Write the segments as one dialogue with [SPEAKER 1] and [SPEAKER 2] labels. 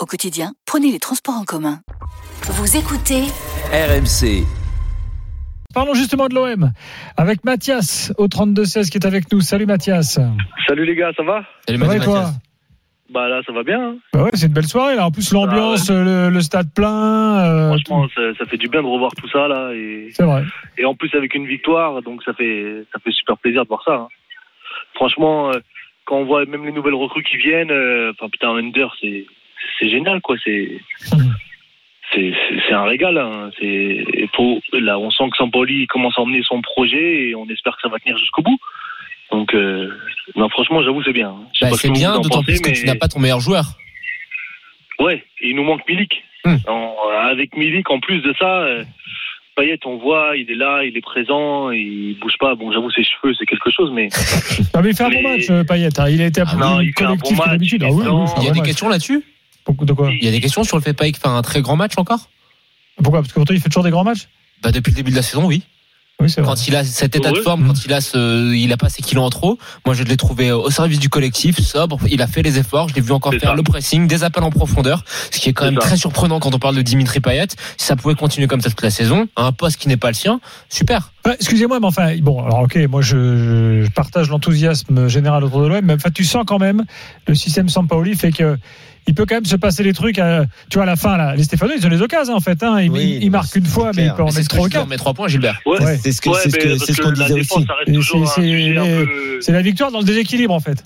[SPEAKER 1] Au quotidien, prenez les transports en commun.
[SPEAKER 2] Vous écoutez
[SPEAKER 3] RMC.
[SPEAKER 4] Parlons justement de l'OM avec Mathias au 32-16 qui est avec nous. Salut Mathias.
[SPEAKER 5] Salut les gars, ça va
[SPEAKER 3] Et le
[SPEAKER 4] Ça va
[SPEAKER 3] match
[SPEAKER 4] et
[SPEAKER 3] de
[SPEAKER 4] toi
[SPEAKER 3] Mathias.
[SPEAKER 5] Bah là, ça va bien. hein.
[SPEAKER 4] Bah ouais, c'est une belle soirée là. En plus l'ambiance, le, le stade plein. euh,
[SPEAKER 5] Ah Franchement, ça, ça fait du bien de revoir tout ça là, et,
[SPEAKER 4] tout. c'est vrai.
[SPEAKER 5] et en plus avec une victoire, donc ça fait ça fait super plaisir de voir ça. hein. Franchement, euh, quand on voit même les nouvelles recrues qui viennent, euh, enfin putain, Under, c'est c'est génial quoi. C'est c'est c'est- c'est un régal. hein. C'est et faut- là, on sent que Sampoli commence à emmener son projet et on espère que ça va tenir jusqu'au bout. Donc, euh, non, franchement, j'avoue, c'est bien. hein. Je sais
[SPEAKER 3] Bah,
[SPEAKER 5] pas ce
[SPEAKER 3] c'est
[SPEAKER 5] que vous
[SPEAKER 3] bien,
[SPEAKER 5] en
[SPEAKER 3] d'autant
[SPEAKER 5] pensez,
[SPEAKER 3] plus que tu
[SPEAKER 5] mais-
[SPEAKER 3] n'as pas ton meilleur joueur.
[SPEAKER 5] Ouais, et il nous manque Milik.
[SPEAKER 3] Hmm.
[SPEAKER 5] En- avec Milik, en plus de ça, euh, Payet, on voit, il est là, il est présent, il bouge pas. Bon, j'avoue, ses cheveux, c'est quelque chose, mais
[SPEAKER 4] Non, mais il fait un bon
[SPEAKER 5] Mais-
[SPEAKER 4] match euh, Payet. hein. Il a été
[SPEAKER 3] Ah
[SPEAKER 4] plus
[SPEAKER 5] non, il fait un
[SPEAKER 4] collectif
[SPEAKER 5] bon
[SPEAKER 4] que
[SPEAKER 5] match,
[SPEAKER 4] d'habitude.
[SPEAKER 5] il
[SPEAKER 4] Ah
[SPEAKER 5] est
[SPEAKER 4] oui, oui,
[SPEAKER 5] dedans.
[SPEAKER 4] c'est un
[SPEAKER 3] Il y a
[SPEAKER 4] bon
[SPEAKER 3] des
[SPEAKER 4] match.
[SPEAKER 3] questions là-dessus
[SPEAKER 4] Pourquoi- De quoi
[SPEAKER 3] Il y a des questions sur le fait pas qu'il fait un très grand match encore
[SPEAKER 4] Pourquoi Parce que pourtant il fait toujours des grands matchs.
[SPEAKER 3] bah depuis le début de la saison, oui.
[SPEAKER 4] Oui, c'est vrai. Mm.
[SPEAKER 3] Quand il a cet état de
[SPEAKER 5] Ouais.
[SPEAKER 3] forme, quand il a ce, il a pas ses kilos en trop. Moi, je l'ai trouvé euh, au service du collectif, sobre. Il a fait les efforts. Je l'ai vu encore
[SPEAKER 5] C'est
[SPEAKER 3] faire
[SPEAKER 5] ça.
[SPEAKER 3] le pressing, des appels en profondeur, ce qui est quand
[SPEAKER 5] C'est
[SPEAKER 3] même
[SPEAKER 5] ça.
[SPEAKER 3] très surprenant quand on parle de Dimitri Payet. Si ça pouvait continuer comme ça toute la saison, à un poste qui n'est pas le sien, super.
[SPEAKER 4] Ouais, Excusez-moi, mais enfin, bon, alors ok, moi je, je partage l'enthousiasme général autour de l'OM, mais enfin, tu sens quand même le système Sampaoli fait que il peut quand même se passer des trucs. euh, tu vois, à la fin, là, les Stéphanois, ils ont les occasions en fait. Hein, ils,
[SPEAKER 6] Oui,
[SPEAKER 4] ils marquent
[SPEAKER 6] c'est
[SPEAKER 4] une fois, mais
[SPEAKER 6] clair.
[SPEAKER 4] ils peuvent en
[SPEAKER 3] Mais C'est
[SPEAKER 4] mettre
[SPEAKER 3] ce que je
[SPEAKER 4] trois ou
[SPEAKER 3] dis en
[SPEAKER 4] quatre.
[SPEAKER 3] mes trois points, Gilbert.
[SPEAKER 5] ouais.
[SPEAKER 4] Ouais.
[SPEAKER 6] C'est ce que,
[SPEAKER 5] Ouais,
[SPEAKER 6] c'est ce
[SPEAKER 5] mais
[SPEAKER 6] que-
[SPEAKER 5] parce
[SPEAKER 6] c'est ce
[SPEAKER 5] que
[SPEAKER 6] qu'on
[SPEAKER 5] la
[SPEAKER 6] disait
[SPEAKER 5] défense,
[SPEAKER 6] aussi.
[SPEAKER 5] ça reste
[SPEAKER 4] Et
[SPEAKER 5] toujours un
[SPEAKER 4] c'est-
[SPEAKER 5] sujet un
[SPEAKER 4] c'est-
[SPEAKER 5] peu-
[SPEAKER 3] hein.
[SPEAKER 4] C'est la victoire dans le déséquilibre en fait.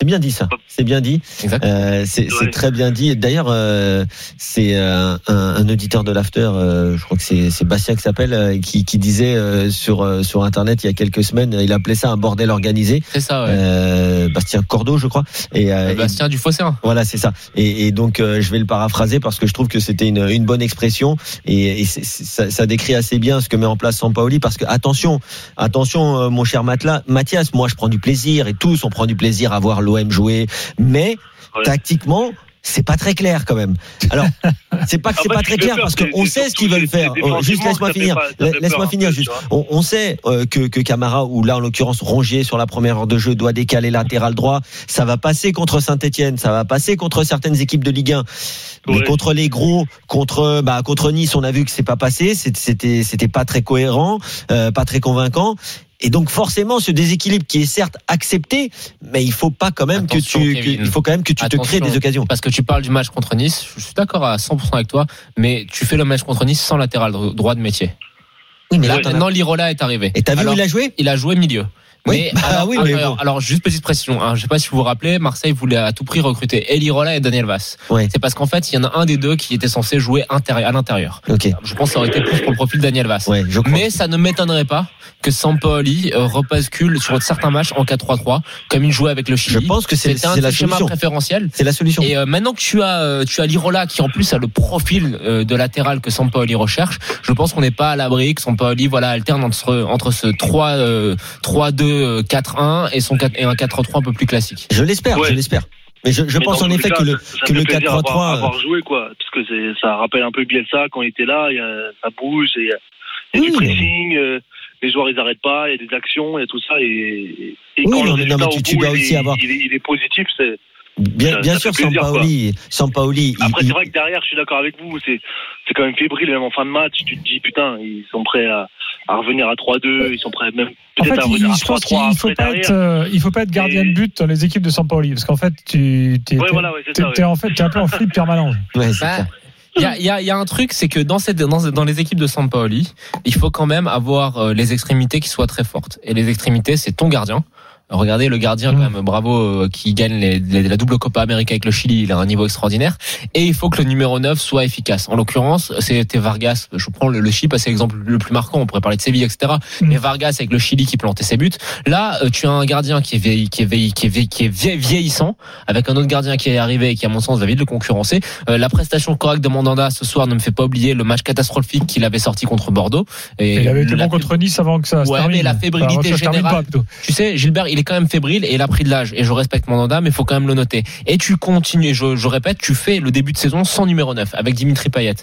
[SPEAKER 6] C'est bien dit ça. C'est bien dit.
[SPEAKER 3] Exact.
[SPEAKER 6] Euh, c'est c'est
[SPEAKER 5] Ouais.
[SPEAKER 6] très bien dit. Et D'ailleurs, euh, c'est euh, un, un auditeur de l'after, euh, je crois que c'est c'est Bastien qui s'appelle, euh, qui, qui disait euh, sur euh, sur internet il y a quelques semaines, il appelait ça un bordel organisé.
[SPEAKER 3] C'est ça, ouais.
[SPEAKER 6] Euh, Bastien Cordeau, je crois. Et, euh,
[SPEAKER 3] Le Bastien du Fosséen.
[SPEAKER 6] Voilà, c'est ça. Et, et donc, euh, je vais le paraphraser parce que je trouve que c'était une, une bonne expression et, et c'est- c'est- ça, ça décrit assez bien ce que met en place Sampaoli. Parce que attention, attention, euh, mon cher Matla, Mathias, moi, je prends du plaisir et tous, on prend du plaisir à voir l'OM jouer, mais
[SPEAKER 5] Ouais.
[SPEAKER 6] tactiquement. C'est pas très clair quand même. Alors, c'est pas que
[SPEAKER 5] Ah
[SPEAKER 6] c'est
[SPEAKER 5] bah,
[SPEAKER 6] pas
[SPEAKER 5] tu
[SPEAKER 6] très
[SPEAKER 5] fais
[SPEAKER 6] clair
[SPEAKER 5] peur,
[SPEAKER 6] parce
[SPEAKER 5] c'est-
[SPEAKER 6] qu'on
[SPEAKER 5] c'est
[SPEAKER 6] sait ce
[SPEAKER 5] surtout
[SPEAKER 6] qu'ils veulent
[SPEAKER 5] les-
[SPEAKER 6] faire.
[SPEAKER 5] les
[SPEAKER 6] Oh, Juste
[SPEAKER 5] défensivement
[SPEAKER 6] laisse-moi
[SPEAKER 5] que ça
[SPEAKER 6] finir.
[SPEAKER 5] fait pas- ça fait
[SPEAKER 6] Laisse-moi
[SPEAKER 5] peur,
[SPEAKER 6] finir
[SPEAKER 5] un peu,
[SPEAKER 6] juste.
[SPEAKER 5] tu vois.
[SPEAKER 6] On, on sait euh, que, que Camara, ou là en l'occurrence Rongier sur la première heure de jeu, doit décaler latéral droit. Ça va passer contre Saint-Etienne, ça va passer contre certaines équipes de Ligue 1. Mais
[SPEAKER 5] Ouais.
[SPEAKER 6] contre les gros, contre, bah, contre Nice, on a vu que c'est pas passé. C'est- C'était c'était pas très cohérent, euh, pas très convaincant. Et donc forcément, ce déséquilibre qui est certes accepté, mais il faut pas quand même
[SPEAKER 3] Attention,
[SPEAKER 6] que tu, que-
[SPEAKER 3] Kevin.
[SPEAKER 6] il faut quand même que tu te crées
[SPEAKER 3] Attention.
[SPEAKER 6] des occasions.
[SPEAKER 3] Parce que tu parles du match contre Nice, je suis d'accord à 100% avec toi, mais tu fais le match contre Nice sans latéral dro- droit de métier.
[SPEAKER 6] Oui, mais
[SPEAKER 3] Là,
[SPEAKER 6] là, t'en as-
[SPEAKER 3] maintenant, Lirola est arrivé.
[SPEAKER 6] Et t'as vu
[SPEAKER 3] Alors,
[SPEAKER 6] où il a joué
[SPEAKER 3] il a joué milieu.
[SPEAKER 6] Oui,
[SPEAKER 3] Mais,
[SPEAKER 6] bah
[SPEAKER 3] alors,
[SPEAKER 6] oui, mais
[SPEAKER 3] alors,
[SPEAKER 6] bon.
[SPEAKER 3] alors, juste petite précision, hein, je sais pas si vous vous rappelez, Marseille voulait à tout prix recruter Eli Rolla et Daniel Vass.
[SPEAKER 6] Ouais.
[SPEAKER 3] C'est parce qu'en fait, il y en a un des deux qui était censé jouer intérieur- à l'intérieur.
[SPEAKER 6] Ok.
[SPEAKER 3] Je pense que ça aurait été plus pour le profil de Daniel Vass.
[SPEAKER 6] Ouais, je crois.
[SPEAKER 3] Mais ça ne m'étonnerait pas que Sampaoli euh, repascule sur certains matchs en 4-3-3, comme il jouait avec le
[SPEAKER 6] je
[SPEAKER 3] Chili.
[SPEAKER 6] pense que c'est
[SPEAKER 3] C'était
[SPEAKER 6] c'est
[SPEAKER 3] un
[SPEAKER 6] la
[SPEAKER 3] schéma
[SPEAKER 6] solution.
[SPEAKER 3] préférentiel.
[SPEAKER 6] C'est la solution.
[SPEAKER 3] Et euh, maintenant que tu as, euh, tu as Lirola qui en plus a le profil euh, de latéral que Sampaoli recherche, je pense qu'on n'est pas à l'abri que Sampaoli voilà alterne entre entre ce 3 euh, 3 2 euh, 4 1 et son 4, et un 4 3 un peu plus classique.
[SPEAKER 6] Je l'espère,
[SPEAKER 5] Ouais.
[SPEAKER 6] je l'espère. Mais je, je
[SPEAKER 5] Mais
[SPEAKER 6] pense
[SPEAKER 5] dans
[SPEAKER 6] en
[SPEAKER 5] tous
[SPEAKER 6] effet
[SPEAKER 5] les
[SPEAKER 6] que
[SPEAKER 5] cas,
[SPEAKER 6] le
[SPEAKER 5] ça- ça fait
[SPEAKER 6] que le
[SPEAKER 5] plaisir d'avoir-
[SPEAKER 6] 4-3-3, euh,
[SPEAKER 5] Avoir joué, quoi. Parce que c'est- ça rappelle un peu Bielsa quand il était là, il y a- ça bouge, et il y a- il y a du
[SPEAKER 6] Oui, mais-
[SPEAKER 5] pressing, euh, les joueurs ils arrêtent pas, il y a des actions, il y a tout ça. Et, et
[SPEAKER 6] Oui,
[SPEAKER 5] quand
[SPEAKER 6] mais
[SPEAKER 5] le
[SPEAKER 6] non, mais
[SPEAKER 5] résultat
[SPEAKER 6] tu-
[SPEAKER 5] au
[SPEAKER 6] tu
[SPEAKER 5] bout,
[SPEAKER 6] dois
[SPEAKER 5] il
[SPEAKER 6] aussi
[SPEAKER 5] est-
[SPEAKER 6] avoir-
[SPEAKER 5] il est- il est positif, c'est.
[SPEAKER 6] bien,
[SPEAKER 5] ça-
[SPEAKER 6] bien
[SPEAKER 5] ça
[SPEAKER 6] sûr,
[SPEAKER 5] fait plaisir,
[SPEAKER 6] Sampaoli, Sampaoli, il-
[SPEAKER 5] Après,
[SPEAKER 6] il-
[SPEAKER 5] c'est vrai que derrière, je suis d'accord avec vous, c'est c'est quand même fébrile, même en fin de match. Tu te dis, putain, ils sont prêts à, à revenir à 3-2, ils sont prêts même
[SPEAKER 4] En fait,
[SPEAKER 5] peut-être à
[SPEAKER 4] il,
[SPEAKER 5] revenir à
[SPEAKER 4] je pense
[SPEAKER 5] 3-3
[SPEAKER 4] qu'il faut
[SPEAKER 5] après
[SPEAKER 4] pas être,
[SPEAKER 5] derrière.
[SPEAKER 4] euh, il faut pas être gardien de but dans les équipes de Sampaoli, parce qu'en fait, tu t'es
[SPEAKER 5] Ouais,
[SPEAKER 4] t'es-
[SPEAKER 5] voilà, ouais, c'est
[SPEAKER 4] euh, t'es-
[SPEAKER 5] ça. ouais.
[SPEAKER 4] t'es en fait t'es un peu en flip permanent.
[SPEAKER 6] ouais, c'est
[SPEAKER 3] Bah,
[SPEAKER 6] clair.
[SPEAKER 3] Il y a, il y, a, il y a un truc, c'est que dans, cette, dans, dans les équipes de Sampaoli, il faut quand même avoir euh, les extrémités qui soient très fortes. Et les extrémités, c'est ton gardien. Regardez le gardien,
[SPEAKER 4] Mm.
[SPEAKER 3] quand même, bravo, euh, qui gagne les- les- la double Copa América avec le Chili. Il a un niveau extraordinaire. Et il faut que le numéro 9 soit efficace. En l'occurrence, c'était Vargas. Je prends le, le Chili parce que c'est l'exemple le plus marquant. On pourrait parler de Séville, etc.
[SPEAKER 4] Mm.
[SPEAKER 3] Mais Vargas avec le Chili qui plantait ses buts. Là, euh, tu as un gardien qui est, vieilli, qui, est vieilli, qui, est vieilli- qui est vieille- vieillissant, avec un autre gardien qui est arrivé et qui, à mon sens, va vite le concurrencer. Euh, la prestation correcte de Mandanda ce soir ne me fait pas oublier le match catastrophique qu'il avait sorti contre Bordeaux. Et
[SPEAKER 4] Il avait été
[SPEAKER 3] la-
[SPEAKER 4] bon contre Nice avant que ça se
[SPEAKER 3] Ouais,
[SPEAKER 4] termine.
[SPEAKER 3] mais la fébrilité
[SPEAKER 4] Enfin, ça se termine
[SPEAKER 3] générale-
[SPEAKER 4] pas, plutôt.
[SPEAKER 3] tu sais, Gilbert, il est quand même fébrile et il a pris de l'âge. Et je respecte Mandanda, mais il faut quand même le noter. Et tu continues, et je, je répète, tu fais le début de saison sans numéro 9 avec Dimitri Payet.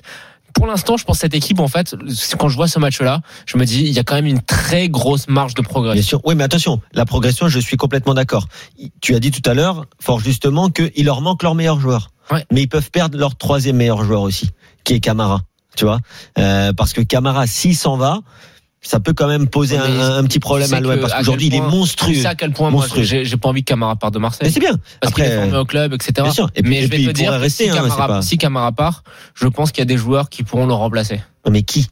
[SPEAKER 3] Pour l'instant, je pense que cette équipe, en fait, quand je vois ce match-là, je me dis, il y a quand même une très grosse marge de progrès.
[SPEAKER 6] Bien sûr. Oui, mais attention, la progression, je suis complètement d'accord. I- Tu as dit tout à l'heure, fort justement, qu'il leur manque leur meilleur joueur.
[SPEAKER 3] Ouais.
[SPEAKER 6] Mais ils peuvent perdre leur troisième meilleur joueur aussi, qui est Camara. Tu vois Euh, Parce que Camara, s'il s'en va, ça peut quand même poser
[SPEAKER 3] Ouais,
[SPEAKER 6] un,
[SPEAKER 3] mais
[SPEAKER 6] un- un petit
[SPEAKER 3] tu
[SPEAKER 6] problème
[SPEAKER 3] sais
[SPEAKER 6] à l'OM.
[SPEAKER 3] que
[SPEAKER 6] Parce
[SPEAKER 3] à
[SPEAKER 6] qu'aujourd'hui,
[SPEAKER 3] quel
[SPEAKER 6] il est
[SPEAKER 3] point-
[SPEAKER 6] monstrueux.
[SPEAKER 3] C'est ça à quel point moi,
[SPEAKER 6] Monstrueux.
[SPEAKER 3] j'ai j'ai pas envie que Camara parte de
[SPEAKER 6] Mais
[SPEAKER 3] Marseille.
[SPEAKER 6] c'est bien.
[SPEAKER 3] Parce qu'il est
[SPEAKER 6] Après,
[SPEAKER 3] formé au club, etc.
[SPEAKER 6] bien sûr. Et puis-
[SPEAKER 3] mais
[SPEAKER 6] et
[SPEAKER 3] je
[SPEAKER 6] puis,
[SPEAKER 3] vais te
[SPEAKER 6] il
[SPEAKER 3] dire,
[SPEAKER 6] pourrait
[SPEAKER 3] que
[SPEAKER 6] rester,
[SPEAKER 3] si,
[SPEAKER 6] hein,
[SPEAKER 3] Camara,
[SPEAKER 6] c'est pas-
[SPEAKER 3] si Camara part, je pense qu'il y a des joueurs qui pourront le remplacer.
[SPEAKER 6] Mais qui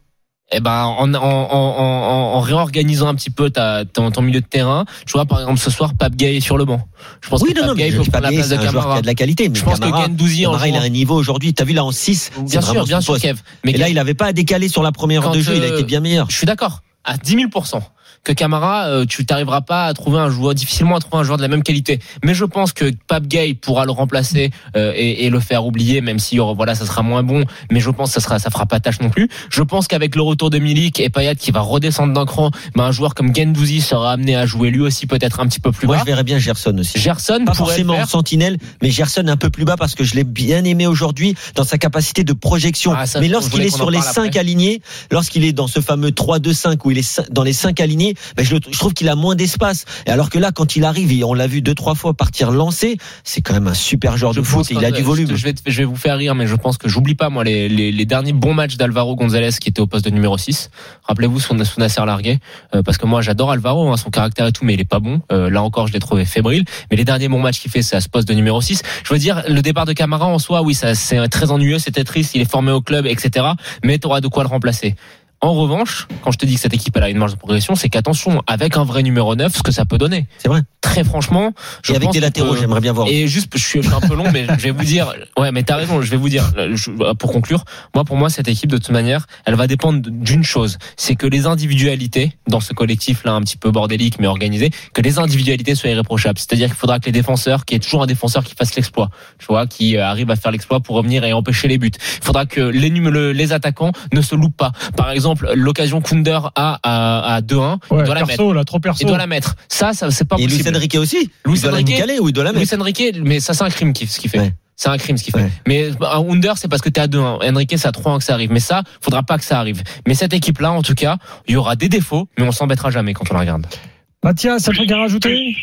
[SPEAKER 3] Eh ben, en, en, en, en, en- en réorganisant un petit peu ta, ton, ton milieu de terrain, tu vois, par exemple, ce soir, Pape Gay est sur le banc. Je pense
[SPEAKER 6] Oui,
[SPEAKER 3] que
[SPEAKER 6] non, non,
[SPEAKER 3] Pape
[SPEAKER 6] mais
[SPEAKER 3] Gay
[SPEAKER 6] je
[SPEAKER 3] peut
[SPEAKER 6] dis pas
[SPEAKER 3] prendre la
[SPEAKER 6] bien,
[SPEAKER 3] place
[SPEAKER 6] c'est
[SPEAKER 3] de
[SPEAKER 6] un joueur qui
[SPEAKER 3] Camara.
[SPEAKER 6] a de la qualité. Mais
[SPEAKER 3] Je pense
[SPEAKER 6] Camara,
[SPEAKER 3] que Gendouzi en
[SPEAKER 6] Camara, il a
[SPEAKER 3] jouant-
[SPEAKER 6] un niveau aujourd'hui. T'as vu là en 6
[SPEAKER 3] Bien sûr, bien sûr, Kev. Mais
[SPEAKER 6] Mais là,
[SPEAKER 3] Kev,
[SPEAKER 6] il avait pas à décaler sur la première heure
[SPEAKER 3] Quand,
[SPEAKER 6] de jeu. Il a
[SPEAKER 3] euh,
[SPEAKER 6] été bien meilleur.
[SPEAKER 3] je suis d'accord. À 10 000 que Camara, euh, tu t'arriveras pas à trouver un joueur difficilement à trouver un joueur de la même qualité. Mais je pense que Pape Gay pourra le remplacer euh, et, et le faire oublier, même si euh, voilà, ça sera moins bon. Mais je pense que ça sera, ça fera pas tâche non plus. Je pense qu'avec le retour de Milik et Payet qui va redescendre d'un cran, ben, un joueur comme Gendouzi sera amené à jouer lui aussi peut-être un petit peu plus
[SPEAKER 6] Moi,
[SPEAKER 3] bas.
[SPEAKER 6] je verrais bien Gerson aussi.
[SPEAKER 3] Gerson pourrait
[SPEAKER 6] pas
[SPEAKER 3] le
[SPEAKER 6] forcément en
[SPEAKER 3] faire.
[SPEAKER 6] sentinelle, mais Gerson un peu plus bas parce que je l'ai bien aimé aujourd'hui dans sa capacité de projection.
[SPEAKER 3] Ah, ça,
[SPEAKER 6] mais
[SPEAKER 3] je
[SPEAKER 6] lorsqu'il
[SPEAKER 3] voulais
[SPEAKER 6] est
[SPEAKER 3] qu'on
[SPEAKER 6] sur
[SPEAKER 3] en
[SPEAKER 6] les
[SPEAKER 3] parle
[SPEAKER 6] 5
[SPEAKER 3] après.
[SPEAKER 6] alignés, lorsqu'il est dans ce fameux 3-2-5 où il est cin- dans les 5 alignés, ben, je, le- je trouve qu'il a moins d'espace. Et alors que là, quand il arrive, et on l'a vu deux trois fois partir lancer, c'est quand même un super joueur de
[SPEAKER 3] pense euh,
[SPEAKER 6] foot et il a
[SPEAKER 3] que-
[SPEAKER 6] du volume.
[SPEAKER 3] Je vais, te- je vais vous faire rire, mais je pense que j'oublie pas, moi, les, les, les derniers bons matchs d'Alvaro Gonzalez qui était au poste de numéro 6. Rappelez-vous son, son Nasser largué, euh, parce que moi, j'adore Alvaro, hein, son caractère et tout, mais il est pas bon. Euh, là encore, je l'ai trouvé fébrile. Mais les derniers bons matchs qu'il fait, c'est à ce poste de numéro 6. Je veux dire, le départ de Camara en soi, oui, ça, c'est euh, très ennuyeux, c'était triste, il est formé au club, etc. Mais t'auras de quoi le remplacer. En revanche, quand je te dis que cette équipe elle a une marge de progression, c'est qu'attention, avec un vrai numéro 9, ce que ça peut donner.
[SPEAKER 6] C'est vrai.
[SPEAKER 3] Très franchement, je
[SPEAKER 6] Et avec
[SPEAKER 3] pense
[SPEAKER 6] des
[SPEAKER 3] qu'on
[SPEAKER 6] latéraux,
[SPEAKER 3] peut-
[SPEAKER 6] j'aimerais bien voir.
[SPEAKER 3] et juste, je suis je suis un peu long, mais je vais vous dire. Ouais, mais t'as raison. Je vais vous dire. je- bah, Pour conclure, moi, pour moi, cette équipe, de toute manière, elle va dépendre d'une chose, c'est que les individualités dans ce collectif-là, un petit peu bordélique mais organisé, que les individualités soient irréprochables. C'est-à-dire qu'il faudra que les défenseurs, qu'il y ait toujours un défenseur qui fasse l'exploit, tu vois, qui euh, arrive à faire l'exploit pour revenir et empêcher les buts. Il faudra que les num- le- les attaquants ne se loupent pas. Par exemple, l'occasion Kunder a à, à 2-1, il
[SPEAKER 4] Ouais,
[SPEAKER 3] doit la mettre.
[SPEAKER 4] perso, là, trop perso.
[SPEAKER 3] Il doit la mettre. Ça, ça c'est pas
[SPEAKER 6] Et Luis
[SPEAKER 3] possible.
[SPEAKER 6] Enrique aussi.
[SPEAKER 3] Luis
[SPEAKER 6] il doit la
[SPEAKER 3] Enrique-
[SPEAKER 6] décaler ou il doit la
[SPEAKER 3] Luis
[SPEAKER 6] mettre.
[SPEAKER 3] Enrique, mais ça c'est un crime qu'il- ce qu'il fait.
[SPEAKER 6] Ouais.
[SPEAKER 3] C'est un crime ce qu'il fait.
[SPEAKER 6] Ouais.
[SPEAKER 3] Mais un under, c'est parce que t'es à 2-1. Enrique, c'est à 3-1 que ça arrive. Mais ça, faudra pas que ça arrive. Mais cette équipe-là, en tout cas, il y aura des défauts, mais on s'embêtera jamais quand on la regarde.
[SPEAKER 4] Mathias, un truc à rajouter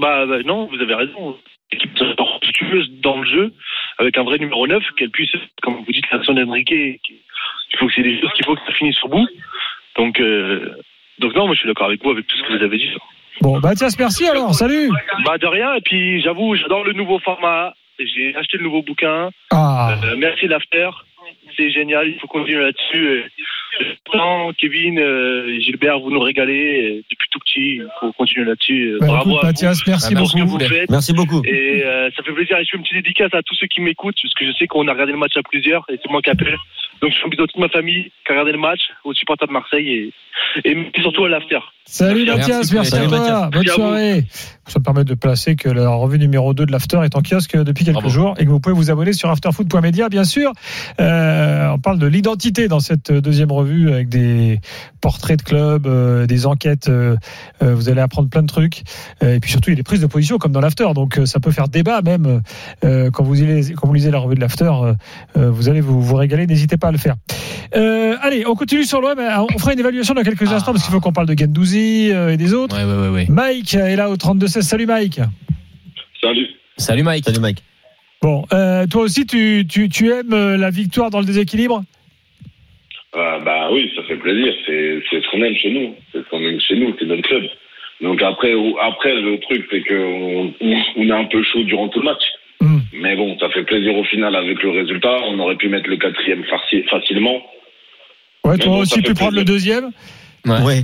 [SPEAKER 5] Bah, bah, non, vous avez raison. L'équipe doit être fructueuse dans le jeu, avec un vrai numéro 9, qu'elle puisse, comme vous dites, l'action d'Enrique. Il faut que c'est des choses qu'il faut que ça finisse au bout. Donc, euh, donc non, moi je suis d'accord avec vous, avec tout ce que vous avez dit.
[SPEAKER 4] Bon, Mathias, merci alors, salut
[SPEAKER 5] Bah, de rien, et puis j'avoue, j'adore le nouveau format. J'ai acheté le nouveau bouquin.
[SPEAKER 4] Ah,
[SPEAKER 5] Euh, merci l'after. C'est génial, il faut continuer là-dessus. Et Tant Kevin, euh, Gilbert, vous nous régalez euh, depuis tout petit. Il faut continuer là-dessus. Euh,
[SPEAKER 4] bah,
[SPEAKER 5] Bravo
[SPEAKER 4] écoute,
[SPEAKER 5] à
[SPEAKER 4] Mathias, merci
[SPEAKER 3] Bah,
[SPEAKER 5] vous Ah, pour
[SPEAKER 4] beaucoup.
[SPEAKER 5] ce que vous faites.
[SPEAKER 6] Merci beaucoup.
[SPEAKER 5] Et euh, ça fait plaisir. Et je fais une petite dédicace à tous ceux qui m'écoutent, parce que je sais qu'on a regardé le match à plusieurs, et c'est moi qui appelle. Donc je fais un bisou à toute ma famille qui a regardé le match, aux supporters de Marseille, et, et surtout à l'after.
[SPEAKER 4] Salut
[SPEAKER 3] Merci,
[SPEAKER 4] Mathias,
[SPEAKER 3] Mathias.
[SPEAKER 4] merci à
[SPEAKER 6] Salut,
[SPEAKER 4] toi,
[SPEAKER 6] Mathias.
[SPEAKER 4] bonne
[SPEAKER 5] Merci à vous.
[SPEAKER 4] soirée. Ça me permet de placer que la revue numéro 2 de l'After est en kiosque depuis quelques
[SPEAKER 3] Bravo.
[SPEAKER 4] jours et que vous pouvez vous abonner sur afterfood.media, bien sûr. Euh, on parle de l'identité dans cette deuxième revue avec des portraits de clubs, euh, des enquêtes. euh, euh, vous allez apprendre plein de trucs. Euh, et puis surtout, il y a des prises de position comme dans l'After. Donc euh, ça peut faire débat même euh, quand, vous lisez, quand vous lisez la revue de l'After. euh, euh, vous allez vous, vous régaler, n'hésitez pas à le faire. Euh, allez, on continue sur l'OM. euh, On fera une évaluation dans quelques
[SPEAKER 3] Ah.
[SPEAKER 4] instants parce qu'il faut qu'on parle de Gendouzi euh, et des autres.
[SPEAKER 3] Ouais, ouais, ouais, ouais.
[SPEAKER 4] Mike est là au 32-16. Salut Mike.
[SPEAKER 5] Salut.
[SPEAKER 3] Salut Mike.
[SPEAKER 6] Salut Mike.
[SPEAKER 4] Bon, euh, toi aussi, tu, tu, tu aimes euh, la victoire dans le déséquilibre
[SPEAKER 7] Ah, bah oui, ça fait plaisir. C'est c'est ce qu'on aime chez nous. C'est ce qu'on aime chez nous. C'est notre club. Donc après, ou- après le truc, c'est qu'on on, on est un peu chaud durant tout le match.
[SPEAKER 4] Mm.
[SPEAKER 7] Mais bon, ça fait plaisir au final avec le résultat. On aurait pu mettre le quatrième farci- facilement.
[SPEAKER 4] Ouais,
[SPEAKER 7] Mais
[SPEAKER 4] toi
[SPEAKER 7] bon, ça
[SPEAKER 4] aussi,
[SPEAKER 7] fait
[SPEAKER 4] tu prendre
[SPEAKER 7] plaisir.
[SPEAKER 4] le deuxième.
[SPEAKER 3] Ouais.
[SPEAKER 6] Ouais.